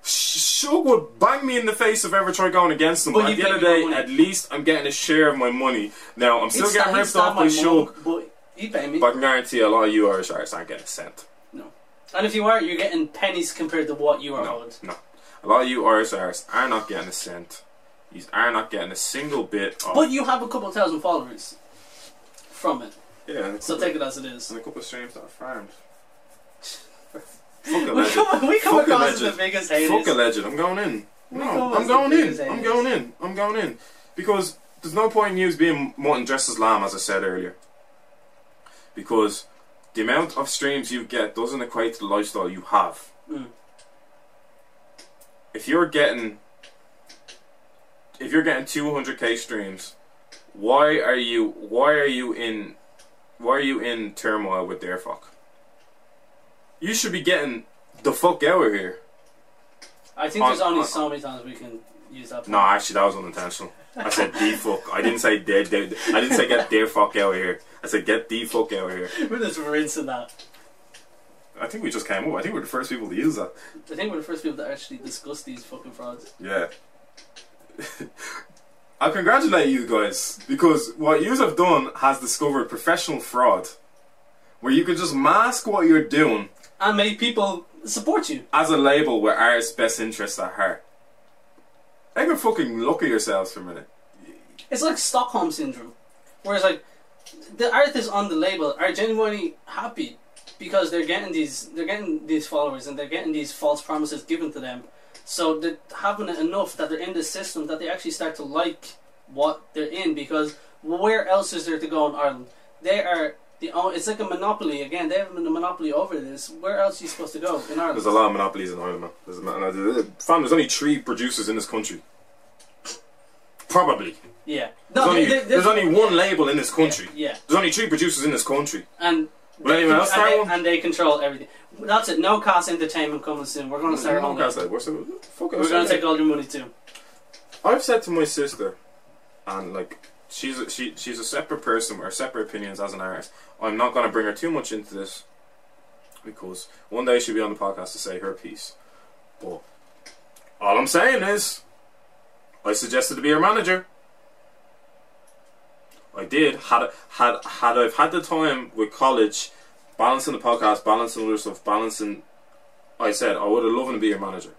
Speaker 2: Sh- Shug would bang me in the face if I ever try going against him.
Speaker 3: But
Speaker 2: But at
Speaker 3: he
Speaker 2: the end of
Speaker 3: paid
Speaker 2: the
Speaker 3: you
Speaker 2: day,
Speaker 3: more money.
Speaker 2: at least I'm getting a share of my money. Now I'm still
Speaker 3: He'd
Speaker 2: getting
Speaker 3: stab- he'd
Speaker 2: ripped
Speaker 3: stab
Speaker 2: off
Speaker 3: my
Speaker 2: by Shug.
Speaker 3: mum, But he pay me.
Speaker 2: But I can guarantee a lot of you Irish artists aren't getting a cent.
Speaker 3: and if you are, you're getting pennies compared to what you are
Speaker 2: No,
Speaker 3: owed.
Speaker 2: no. A lot of you Irish artists are not getting a cent. You are not getting a single bit of.
Speaker 3: But you have a couple thousand followers from it,
Speaker 2: yeah, and a,
Speaker 3: so
Speaker 2: couple,
Speaker 3: take it as it is.
Speaker 2: and a couple of streams that
Speaker 3: *laughs*
Speaker 2: are farmed. Fuck a
Speaker 3: We
Speaker 2: legend.
Speaker 3: come, we come
Speaker 2: Fuck a
Speaker 3: across as the
Speaker 2: legend.
Speaker 3: biggest
Speaker 2: Fuck a
Speaker 3: haters.
Speaker 2: legend. I'm going in.
Speaker 3: We
Speaker 2: No,
Speaker 3: come
Speaker 2: I'm
Speaker 3: as the
Speaker 2: going in.
Speaker 3: biggest
Speaker 2: I'm
Speaker 3: haters.
Speaker 2: going in. I'm going in. Because there's no point in you being more than dressed as lamb, as I said earlier. Because the amount of streams you get doesn't equate to the lifestyle you have.
Speaker 3: Mm.
Speaker 2: If you're getting, if you're getting 200k streams, why are you? Why are you in? Why are you in turmoil with their fuck? You should be getting the fuck out of here.
Speaker 3: I think there's
Speaker 2: on-
Speaker 3: only
Speaker 2: on-
Speaker 3: so many times we can use that.
Speaker 2: No, actually, that was unintentional. I said the fuck. I didn't say dead. dead. I didn't say get their fuck out of here. I said get the fuck out of here.
Speaker 3: *laughs* we're just rinsing that.
Speaker 2: I think we just came up. I think we're the first people to use that.
Speaker 3: I think we're the first people that actually discuss these fucking frauds.
Speaker 2: Yeah. *laughs* I congratulate you guys because what you have done has discovered professional fraud, where you can just mask what you're doing
Speaker 3: And make people support you.
Speaker 2: as a label with artists' best interests at heart. I can fucking look at yourselves for a minute.
Speaker 3: It's like Stockholm syndrome, where it's like the artists on the label are genuinely happy because they're getting these they're getting these followers and they're getting these false promises given to them. So they're having it enough that they're in this system that they actually start to like what they're in because where else is there to go in Ireland? They are the o- it's like a monopoly again. They have a monopoly over this. Where else are you supposed to go in Ireland?
Speaker 2: There's a lot of monopolies in Ireland, man. There's, a man- there's, fam, there's only three producers in this country. Probably.
Speaker 3: yeah,
Speaker 2: There's,
Speaker 3: no,
Speaker 2: only,
Speaker 3: they- they-
Speaker 2: there's only one label in this country.
Speaker 3: yeah.
Speaker 2: There's only three producers in this country.
Speaker 3: And
Speaker 2: Will anyone else
Speaker 3: and
Speaker 2: start
Speaker 3: they,
Speaker 2: one?
Speaker 3: and they control everything. That's it. No cost entertainment coming soon. We're gonna start our own.
Speaker 2: Podcast
Speaker 3: label.
Speaker 2: label. What's the- fuck it,
Speaker 3: We're
Speaker 2: what's
Speaker 3: gonna
Speaker 2: the-
Speaker 3: take all your money too.
Speaker 2: I've said to my sister, and like she's a, she she's a separate person or separate opinions as an artist. I'm not going to bring her too much into this because one day she'll be on the podcast to say her piece. But all I'm saying is, I suggested to be her manager. I did had had had I've had the time with college, balancing the podcast, balancing other stuff, balancing. I said I would have loved to be your manager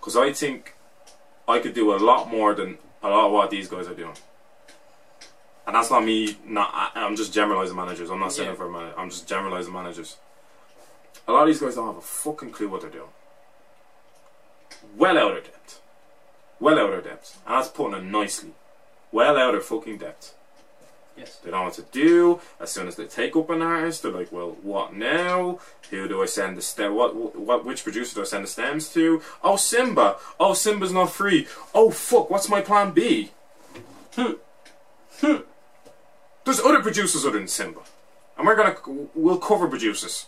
Speaker 2: because I think I could do a lot more than a lot of what these guys are doing. And that's not me. Not I, I'm just generalizing managers. I'm not saying
Speaker 3: Yeah.
Speaker 2: it for a manager. I'm just generalizing managers. A lot of these guys don't have a fucking clue what they're doing. Well out of depth. Well out of depth. And that's putting it nicely. Well out of fucking depth.
Speaker 3: Yes.
Speaker 2: They don't know what to do. As soon as they take up an artist, they're like, "Well, what now? Who do I send the stem? What, what? Which producer do I send the stems to? Oh, Simba. Oh, Simba's not free. Oh, fuck. What's my plan B? Hmm. Hmm. There's other producers other than Simba, and we're gonna we'll cover producers.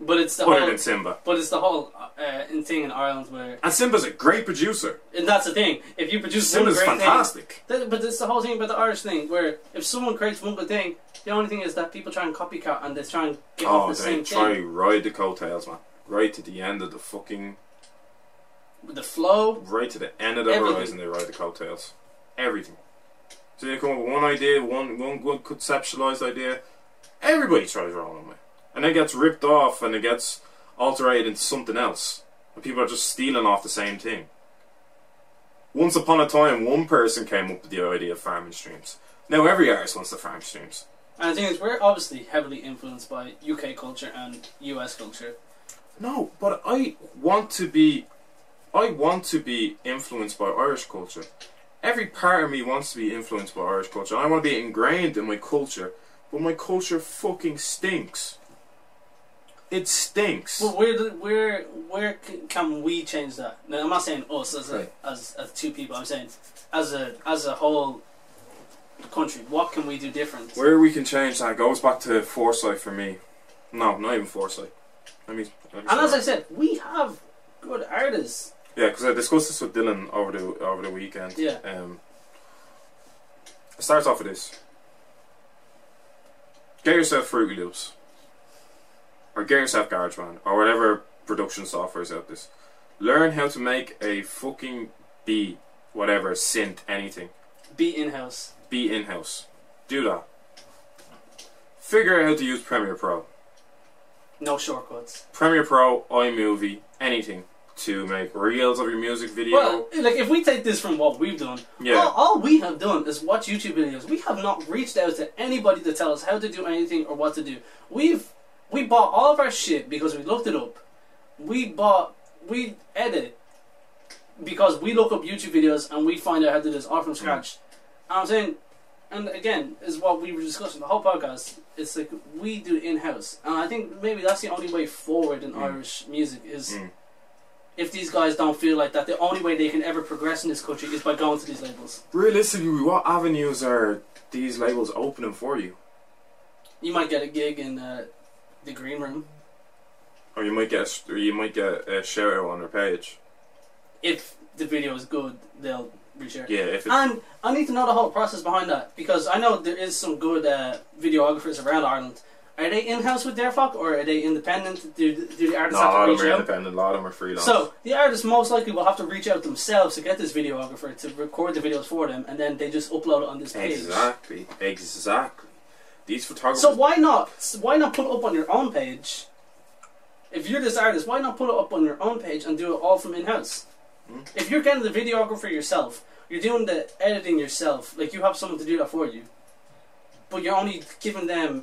Speaker 3: But it's the
Speaker 2: other
Speaker 3: whole.
Speaker 2: than Simba.
Speaker 3: But it's the whole uh, in thing in Ireland where,
Speaker 2: And Simba's a great producer.
Speaker 3: and that's the thing. If you produce one
Speaker 2: Simba's
Speaker 3: great
Speaker 2: fantastic.
Speaker 3: thing, th- but it's the whole thing about the Irish thing where if someone creates one good thing, the only thing is that people try and copycat and they try and get off
Speaker 2: Oh,
Speaker 3: the
Speaker 2: they
Speaker 3: same
Speaker 2: try
Speaker 3: thing.
Speaker 2: ride the coattails, man. Right to the end of the fucking,
Speaker 3: The flow,
Speaker 2: right to the end of the
Speaker 3: Everything.
Speaker 2: horizon, they ride the coattails. Everything. So they come up with one idea, one one good conceptualized idea. Everybody tries rolling with, and it gets ripped off, and it gets alterated into something else. And people are just stealing off the same thing. Once upon a time, one person came up with the idea of farming streams. Now every artist wants to farm streams.
Speaker 3: and the thing is, we're obviously heavily influenced by UK culture and US culture.
Speaker 2: No, but I want to be, I want to be influenced by Irish culture. Every part of me wants to be influenced by Irish culture. I want to be ingrained in my culture, but my culture fucking stinks. It stinks.
Speaker 3: But where, do- where, where c- can we change that? Now, I'm not saying us as,
Speaker 2: Right.
Speaker 3: a, as as two people. I'm saying as a as a whole country. What can we do different?
Speaker 2: Where we can change that goes back to foresight for me. No, not even foresight. I mean,
Speaker 3: And as I said, we have good artists.
Speaker 2: Yeah, because I discussed this with Dylan over the over the weekend.
Speaker 3: Yeah.
Speaker 2: Um, it starts off with this: get yourself Fruity Loops, or get yourself GarageBand, or whatever production software is out this. Learn how to make a fucking beat, whatever synth, anything.
Speaker 3: Be in house.
Speaker 2: Be in house. Do that. Figure out how to use Premiere Pro.
Speaker 3: No shortcuts.
Speaker 2: Premiere Pro, iMovie, anything to make reels of your music video.
Speaker 3: Well, like if we take this from what we've done,
Speaker 2: Yeah.
Speaker 3: all, all we have done is watch YouTube videos. We have not reached out to anybody to tell us how to do anything or what to do. We've we bought all of our shit because we looked it up. We bought we edit because we look up YouTube videos and we find out how to do this all from scratch. And I'm saying, and again, is what we were discussing the whole podcast. It's like we do in house, and I think maybe that's the only way forward in Irish music is
Speaker 2: Mm.
Speaker 3: if these guys don't feel like that, the only way they can ever progress in this country is by going to these labels.
Speaker 2: Realistically, what avenues are these labels opening for you?
Speaker 3: You might get a gig in uh, the green room
Speaker 2: Or you might get a, s- or you might get a shout out on their page.
Speaker 3: if the video is good. They'll reshare.
Speaker 2: Yeah, if it's,
Speaker 3: And I need to know the whole process behind that because I know there is some good uh, videographers around Ireland. Are they in house with their fuck or are they independent? Do, do the
Speaker 2: no,
Speaker 3: artists
Speaker 2: a lot
Speaker 3: have
Speaker 2: of
Speaker 3: to
Speaker 2: them
Speaker 3: reach
Speaker 2: are
Speaker 3: out?
Speaker 2: independent, a lot of them are freelance.
Speaker 3: So the artists most likely will have to reach out themselves to get this videographer to record the videos for them, and then they just upload it on this page.
Speaker 2: exactly, exactly. These photographers.
Speaker 3: So why not? Why not put it up on your own page? If you're this artist, why not put it up on your own page and do it all from in house?
Speaker 2: Hmm?
Speaker 3: If you're getting the videographer yourself, you're doing the editing yourself. Like you have someone to do that for you, but you're only giving them.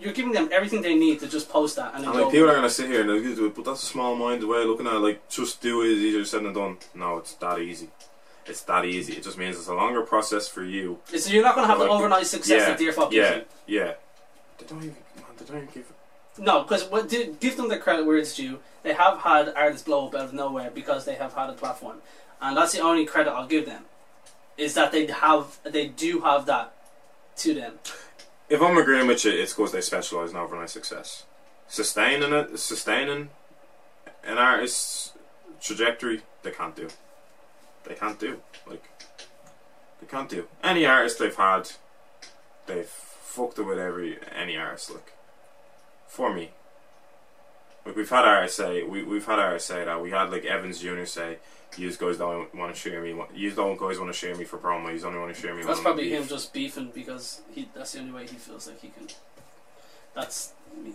Speaker 3: You're giving them everything they need to just post that and then
Speaker 2: and
Speaker 3: go.
Speaker 2: like people are gonna sit here and they're gonna do it, but that's a small minded way of looking at it. Like just do it is easier said than done. No, it's that easy. It's that easy. It just means it's a longer process for you.
Speaker 3: so you're not going to have the
Speaker 2: Like,
Speaker 3: overnight success
Speaker 2: yeah,
Speaker 3: that Dear Fuck gives
Speaker 2: Yeah,
Speaker 3: you.
Speaker 2: yeah. They don't even. Man, they don't even give.
Speaker 3: No, because what do, give them the credit where it's due. They have had artists blow up out of nowhere because they have had a platform, and that's the only credit I'll give them, is that they have they do have that to them.
Speaker 2: If I'm agreeing with you, it's because they specialise in overnight success. Sustaining it, sustaining an artist's trajectory, they can't do. They can't do. Like, they can't do. Any artist they've had, they've fucked it with every any artist. Like, for me, like we've had artists say, we we've had artists say that. We had like Evans Junior say, "Use guys don't want to share me. Use don't guys want to share me for promo. You only want to share me."
Speaker 3: That's
Speaker 2: when I'm
Speaker 3: probably
Speaker 2: beef."
Speaker 3: him just beefing because he that's the only way he feels like he can. That's me.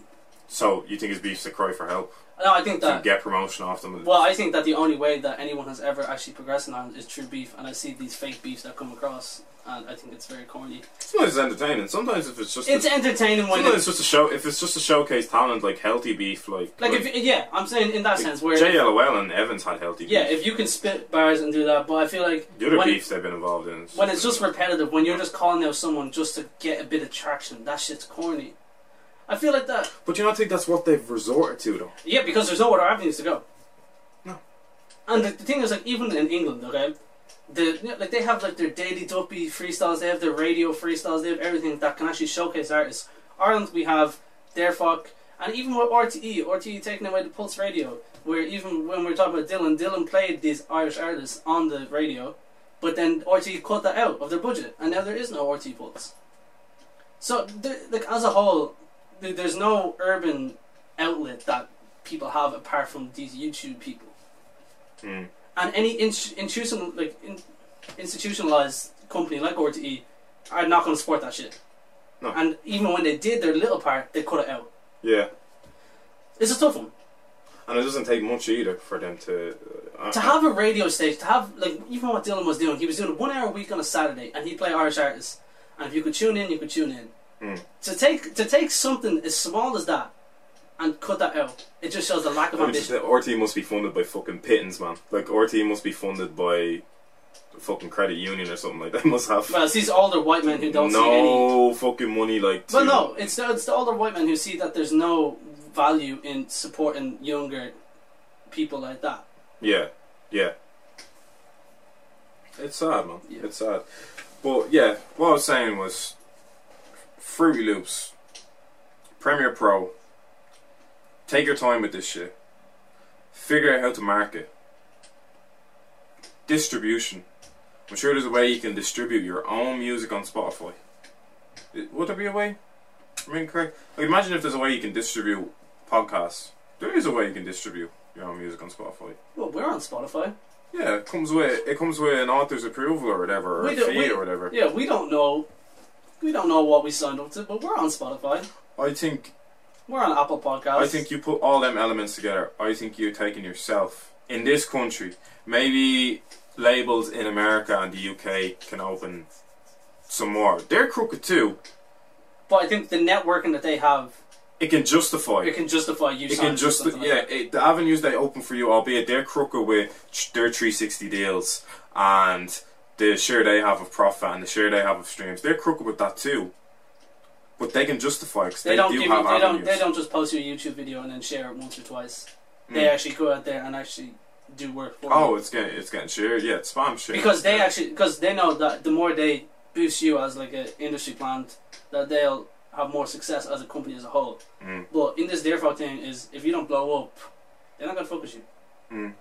Speaker 2: So you think his beef's a cry for help?
Speaker 3: No, I think
Speaker 2: to
Speaker 3: that.
Speaker 2: get promotion off them.
Speaker 3: Well, I think that the only way that anyone has ever actually progressed in Ireland is true beef, and I see these fake beefs that come across, and I think it's very corny.
Speaker 2: sometimes it's entertaining. Sometimes if it's just
Speaker 3: It's
Speaker 2: a,
Speaker 3: entertaining when it's
Speaker 2: sometimes it's just a show. If it's just to showcase talent, like healthy beef, like
Speaker 3: like if yeah, I'm saying in that sense where
Speaker 2: JLOL and Evans had healthy.
Speaker 3: Yeah,
Speaker 2: beef.
Speaker 3: if you can spit bars and do that, but I feel like
Speaker 2: the other
Speaker 3: when,
Speaker 2: beefs they've been involved in.
Speaker 3: when it's just repetitive, when you're just calling out someone just to get a bit of traction, that shit's corny. I feel like that.
Speaker 2: but do you not think that's what they've resorted to though?
Speaker 3: Yeah, because there's no other avenues to go.
Speaker 2: No.
Speaker 3: And the, the thing is, like, even in England, okay, the you know, like they have like their daily duppy freestyles, they have their radio freestyles, they have everything that can actually showcase artists. Ireland, we have their fuck, And even with E, RTE, RTE taking away the Pulse Radio, where even when we're talking about Dylan, Dylan played these Irish artists on the radio, but then RTE cut that out of their budget, and now there is no RTE Pulse. So, th- like as a whole, th- there's no urban outlet that people have apart from these YouTube people.
Speaker 2: Mm.
Speaker 3: And any in- institutional, like in- institutionalized company like RTE are not going to support that shit.
Speaker 2: No.
Speaker 3: And even when they did their little part, they cut it out.
Speaker 2: Yeah.
Speaker 3: It's a tough one.
Speaker 2: And it doesn't take much either for them to. Uh,
Speaker 3: To have a radio station, to have like even what Dylan was doing, he was doing one hour a week on a Saturday, and he'd play Irish artists. And if you could tune in, you could tune in.
Speaker 2: Mm.
Speaker 3: To take to take something as small as that and cut that out, it just shows the lack of
Speaker 2: I mean, just
Speaker 3: ambition.
Speaker 2: that RT must be funded by fucking pittance, man. Like RT must be funded by the fucking credit union or something like that. *laughs* Must have
Speaker 3: Well, it's these older white men who don't see any.
Speaker 2: no fucking money. Like,
Speaker 3: Well,
Speaker 2: to-
Speaker 3: no, it's the, it's the older white men who see that there's no value in supporting younger people like that.
Speaker 2: Yeah, yeah. It's sad, man.
Speaker 3: Yeah.
Speaker 2: It's sad. But yeah, what I was saying was Fruity Loops, Premiere Pro. Take your time with this shit. Figure out how to market. Distribution. I'm sure there's a way you can distribute your own music on Spotify. I- Would there be a way? I mean, correct. Like, imagine if there's a way you can distribute podcasts. There is a way you can distribute your own music on Spotify.
Speaker 3: Well, we're on Spotify.
Speaker 2: Yeah, it comes with it comes with an author's approval or whatever, or
Speaker 3: We
Speaker 2: a
Speaker 3: do-
Speaker 2: fee
Speaker 3: we-
Speaker 2: or whatever.
Speaker 3: Yeah, we don't know. We don't know what we signed up to, but we're on Spotify.
Speaker 2: I think
Speaker 3: We're on Apple Podcasts.
Speaker 2: I think you put all them elements together. I think you're taking yourself in this country. Maybe labels in America and the UK can open some more. They're crooked too.
Speaker 3: But I think the networking that they have,
Speaker 2: It can justify.
Speaker 3: it can justify you.
Speaker 2: It can
Speaker 3: signing
Speaker 2: just
Speaker 3: something like
Speaker 2: yeah,
Speaker 3: that.
Speaker 2: it, the avenues they open for you, albeit they're crooked with ch- their 360 deals and the share they have of profit and the share they have of streams, they're crooked with that too. But they can justify because
Speaker 3: They,
Speaker 2: they,
Speaker 3: don't
Speaker 2: do
Speaker 3: give
Speaker 2: have
Speaker 3: you, they don't
Speaker 2: avenues.
Speaker 3: they don't just post your YouTube video and then share it once or twice. They
Speaker 2: Mm.
Speaker 3: actually go out there and actually do work for
Speaker 2: Oh,
Speaker 3: you.
Speaker 2: it's getting it's getting shared. Yeah, it's spam share.
Speaker 3: because they actually because they know that the more they boost you as like an industry plant, that they'll have more success as a company as a whole.
Speaker 2: Mm.
Speaker 3: But in this therefore thing is if you don't blow up, they're not gonna fuck with you.
Speaker 2: Mm.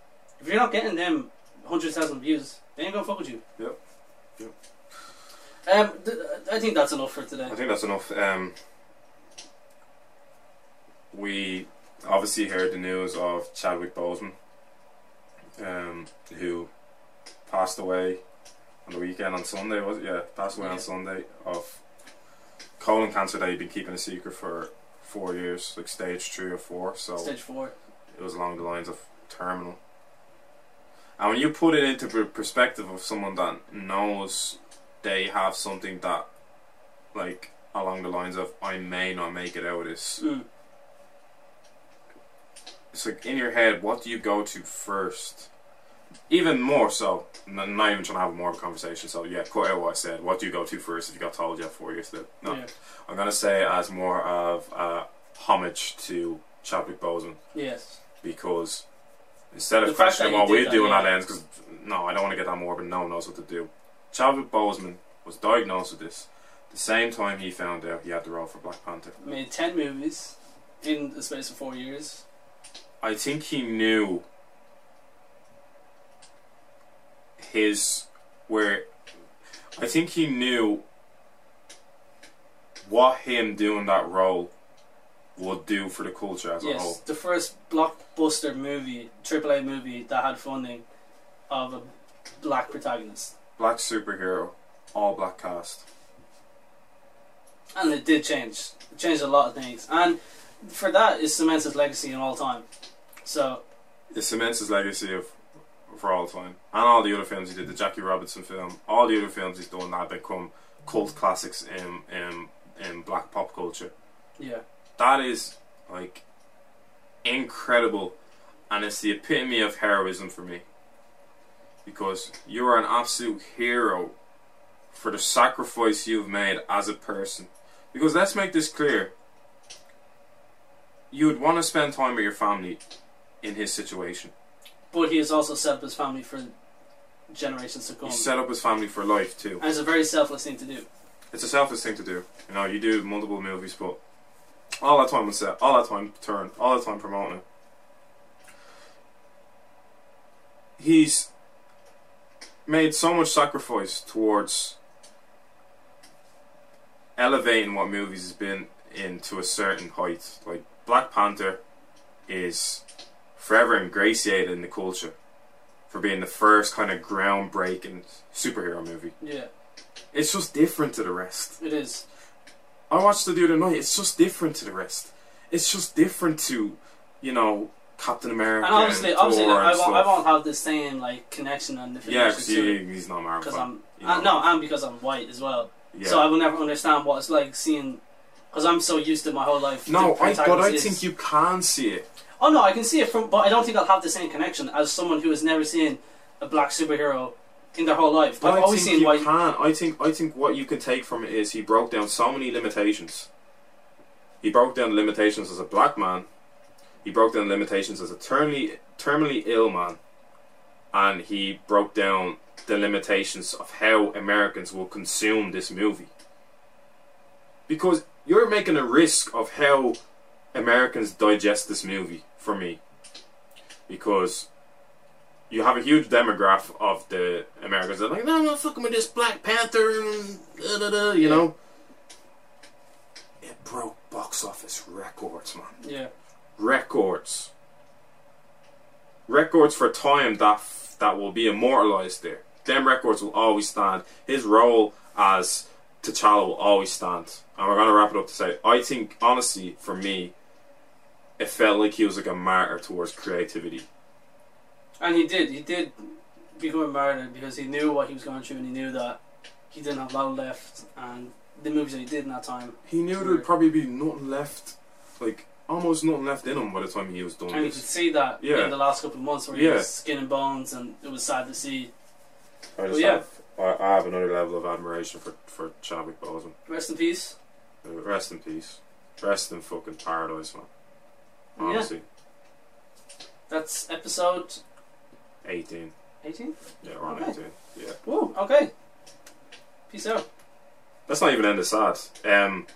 Speaker 3: If you're not getting them hundred thousand views, they ain't gonna fuck with you.
Speaker 2: Yep. Yep.
Speaker 3: Um, th- I think that's enough for today.
Speaker 2: I think that's enough. Um, we obviously heard the news of Chadwick Boseman, um, who passed away on the weekend on Sunday. Was it? yeah, passed away
Speaker 3: Yeah.
Speaker 2: on Sunday of colon cancer that he'd been keeping a secret for four years, like stage three or four. So
Speaker 3: Stage four.
Speaker 2: it was along the lines of terminal. And when you put it into per- perspective of someone that knows they have something that, like, along the lines of, I may not make it out of this.
Speaker 3: Mm.
Speaker 2: It's like, in your head, what do you go to first? Even more so, n- I'm not even trying to have more of a conversation, so yeah, cut out what I said. What do you go to first if you got told you have four years to live? No.
Speaker 3: Yeah.
Speaker 2: I'm going to say it as more of a homage to Chadwick Boseman
Speaker 3: Yes.
Speaker 2: because instead
Speaker 3: The
Speaker 2: of
Speaker 3: fact
Speaker 2: questioning
Speaker 3: that he
Speaker 2: what we're
Speaker 3: did that,
Speaker 2: doing,
Speaker 3: yeah.
Speaker 2: on that ends because no, I don't want to get that morbid. No one knows what to do. Chadwick Boseman was diagnosed with this the same time he found out he had the role for Black Panther.
Speaker 3: Made ten movies in the space of four years.
Speaker 2: I think he knew his where. I think he knew what him doing that role would do for the culture as a
Speaker 3: Yes,
Speaker 2: whole.
Speaker 3: the first blockbuster movie, AAA movie that had funding of a black protagonist,
Speaker 2: Black superhero, all black cast.
Speaker 3: and it did change. It changed a lot of things, and for that, it cements his legacy in all time. So
Speaker 2: it cements his legacy of for all time. And all the other films he did, the Jackie Robinson film, all the other films he's done that become cult classics in in, in black pop culture.
Speaker 3: yeah,
Speaker 2: That is like incredible and it's the epitome of heroism for me. Because you are an absolute hero for the sacrifice you've made as a person. Because let's make this clear. You would want to spend time with your family in his situation.
Speaker 3: but he has also set up his family for generations to come,
Speaker 2: He set up his family for life too.
Speaker 3: and it's a very selfless thing to do.
Speaker 2: It's a selfless thing to do. You know, you do multiple movies, but All that time on set, all that time touring, all that time promoting it. He's made so much sacrifice towards elevating what movies has been in to a certain height. Like Black Panther is forever ingratiated in the culture for being the first kind of groundbreaking superhero movie.
Speaker 3: Yeah,
Speaker 2: It's just different to the rest.
Speaker 3: it is.
Speaker 2: I watched it the other night. It's just different to the rest. It's just different to, you know, Captain America.
Speaker 3: And obviously,
Speaker 2: and
Speaker 3: obviously,
Speaker 2: Thor
Speaker 3: I
Speaker 2: and
Speaker 3: won't, I
Speaker 2: stuff.
Speaker 3: won't have the same like connection on the
Speaker 2: Yeah,
Speaker 3: figures
Speaker 2: because he's not Marvel.
Speaker 3: because
Speaker 2: fan,
Speaker 3: I'm
Speaker 2: you
Speaker 3: and,
Speaker 2: know.
Speaker 3: no, and because I'm white as well.
Speaker 2: Yeah.
Speaker 3: So I will never understand what it's like seeing. Because I'm so used to my whole life.
Speaker 2: no,
Speaker 3: the
Speaker 2: I, but I
Speaker 3: protagonist
Speaker 2: think
Speaker 3: is-
Speaker 2: you can see it.
Speaker 3: Oh no, I can see it from, but I don't think I'll have the same connection as someone who has never seen a black superhero in their whole life.
Speaker 2: But
Speaker 3: I've
Speaker 2: I
Speaker 3: always
Speaker 2: think
Speaker 3: seen
Speaker 2: you
Speaker 3: white.
Speaker 2: can. I think I think what you can take from it is he broke down so many limitations. He broke down the limitations as a black man. He broke down the limitations as a terminally terminally ill man, and he broke down the limitations of how Americans will consume this movie. Because you're making a risk of how Americans digest this movie for me. Because you have a huge demographic of the Americans that are like, no, I'm not fucking with this Black Panther and da da da, you know. It broke box office records, man.
Speaker 3: Yeah,
Speaker 2: Records. Records for time that f- that will be immortalized there. Them records will always stand. His role as T'Challa will always stand. And we're gonna wrap it up to say, I think honestly, for me, it felt like he was like a martyr towards creativity.
Speaker 3: and he did. He did become a martyr because he knew what he was going through, and he knew that he didn't have a lot left, and the movies that he did in that time.
Speaker 2: He knew there'd probably be nothing left, like almost nothing left in him by the time he was done.
Speaker 3: And you could
Speaker 2: this.
Speaker 3: see that
Speaker 2: Yeah.
Speaker 3: in the last couple of months where he
Speaker 2: Yeah.
Speaker 3: was skin and bones, and it was sad to see.
Speaker 2: I
Speaker 3: Well, yeah.
Speaker 2: have, I, I have another level of admiration for for Chadwick Boseman.
Speaker 3: Rest in peace.
Speaker 2: Uh, Rest in peace. Rest in fucking paradise, man.
Speaker 3: Yeah.
Speaker 2: Honestly,
Speaker 3: That's episode
Speaker 2: eighteen.
Speaker 3: 18?
Speaker 2: Yeah, around
Speaker 3: Okay.
Speaker 2: eighteen. Yeah,
Speaker 3: Whoa, okay. Peace out.
Speaker 2: that's not even end of sad. Um,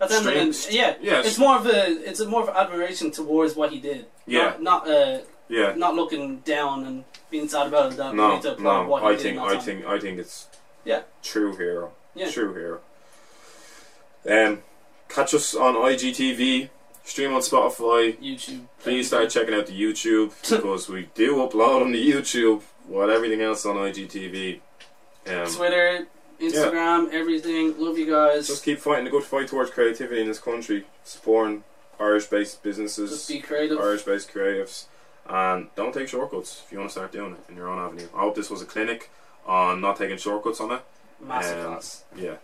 Speaker 3: That's ended in,
Speaker 2: Strings.
Speaker 3: yeah.
Speaker 2: Yeah,
Speaker 3: It's
Speaker 2: s-
Speaker 3: more of a it's a more of admiration towards what he did.
Speaker 2: Yeah.
Speaker 3: Not, not uh
Speaker 2: yeah.
Speaker 3: not looking down and being sad about it. That
Speaker 2: No,
Speaker 3: we did
Speaker 2: no.
Speaker 3: what he
Speaker 2: I
Speaker 3: did
Speaker 2: think,
Speaker 3: in that
Speaker 2: I
Speaker 3: time.
Speaker 2: think, I think it's
Speaker 3: Yeah.
Speaker 2: true hero.
Speaker 3: Yeah.
Speaker 2: True hero. Um, catch us on IGTV. Stream on Spotify.
Speaker 3: YouTube.
Speaker 2: Please start checking out the YouTube because we do upload on the YouTube while everything else on IGTV. Um,
Speaker 3: Twitter, Instagram, everything. Love you guys.
Speaker 2: just
Speaker 3: Just,
Speaker 2: keep fighting the good fight towards creativity in this country, supporting Irish-based businesses,
Speaker 3: be creative.
Speaker 2: Irish-based creatives, and don't take shortcuts if you want to start doing it in your own avenue. I hope this was a clinic on not taking shortcuts on it.
Speaker 3: Massive
Speaker 2: um,
Speaker 3: class.
Speaker 2: Yeah,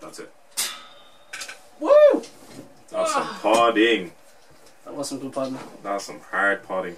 Speaker 2: that's it.
Speaker 3: Woo!
Speaker 2: That's some podding.
Speaker 3: That was some good partner.
Speaker 2: That's some hard podding.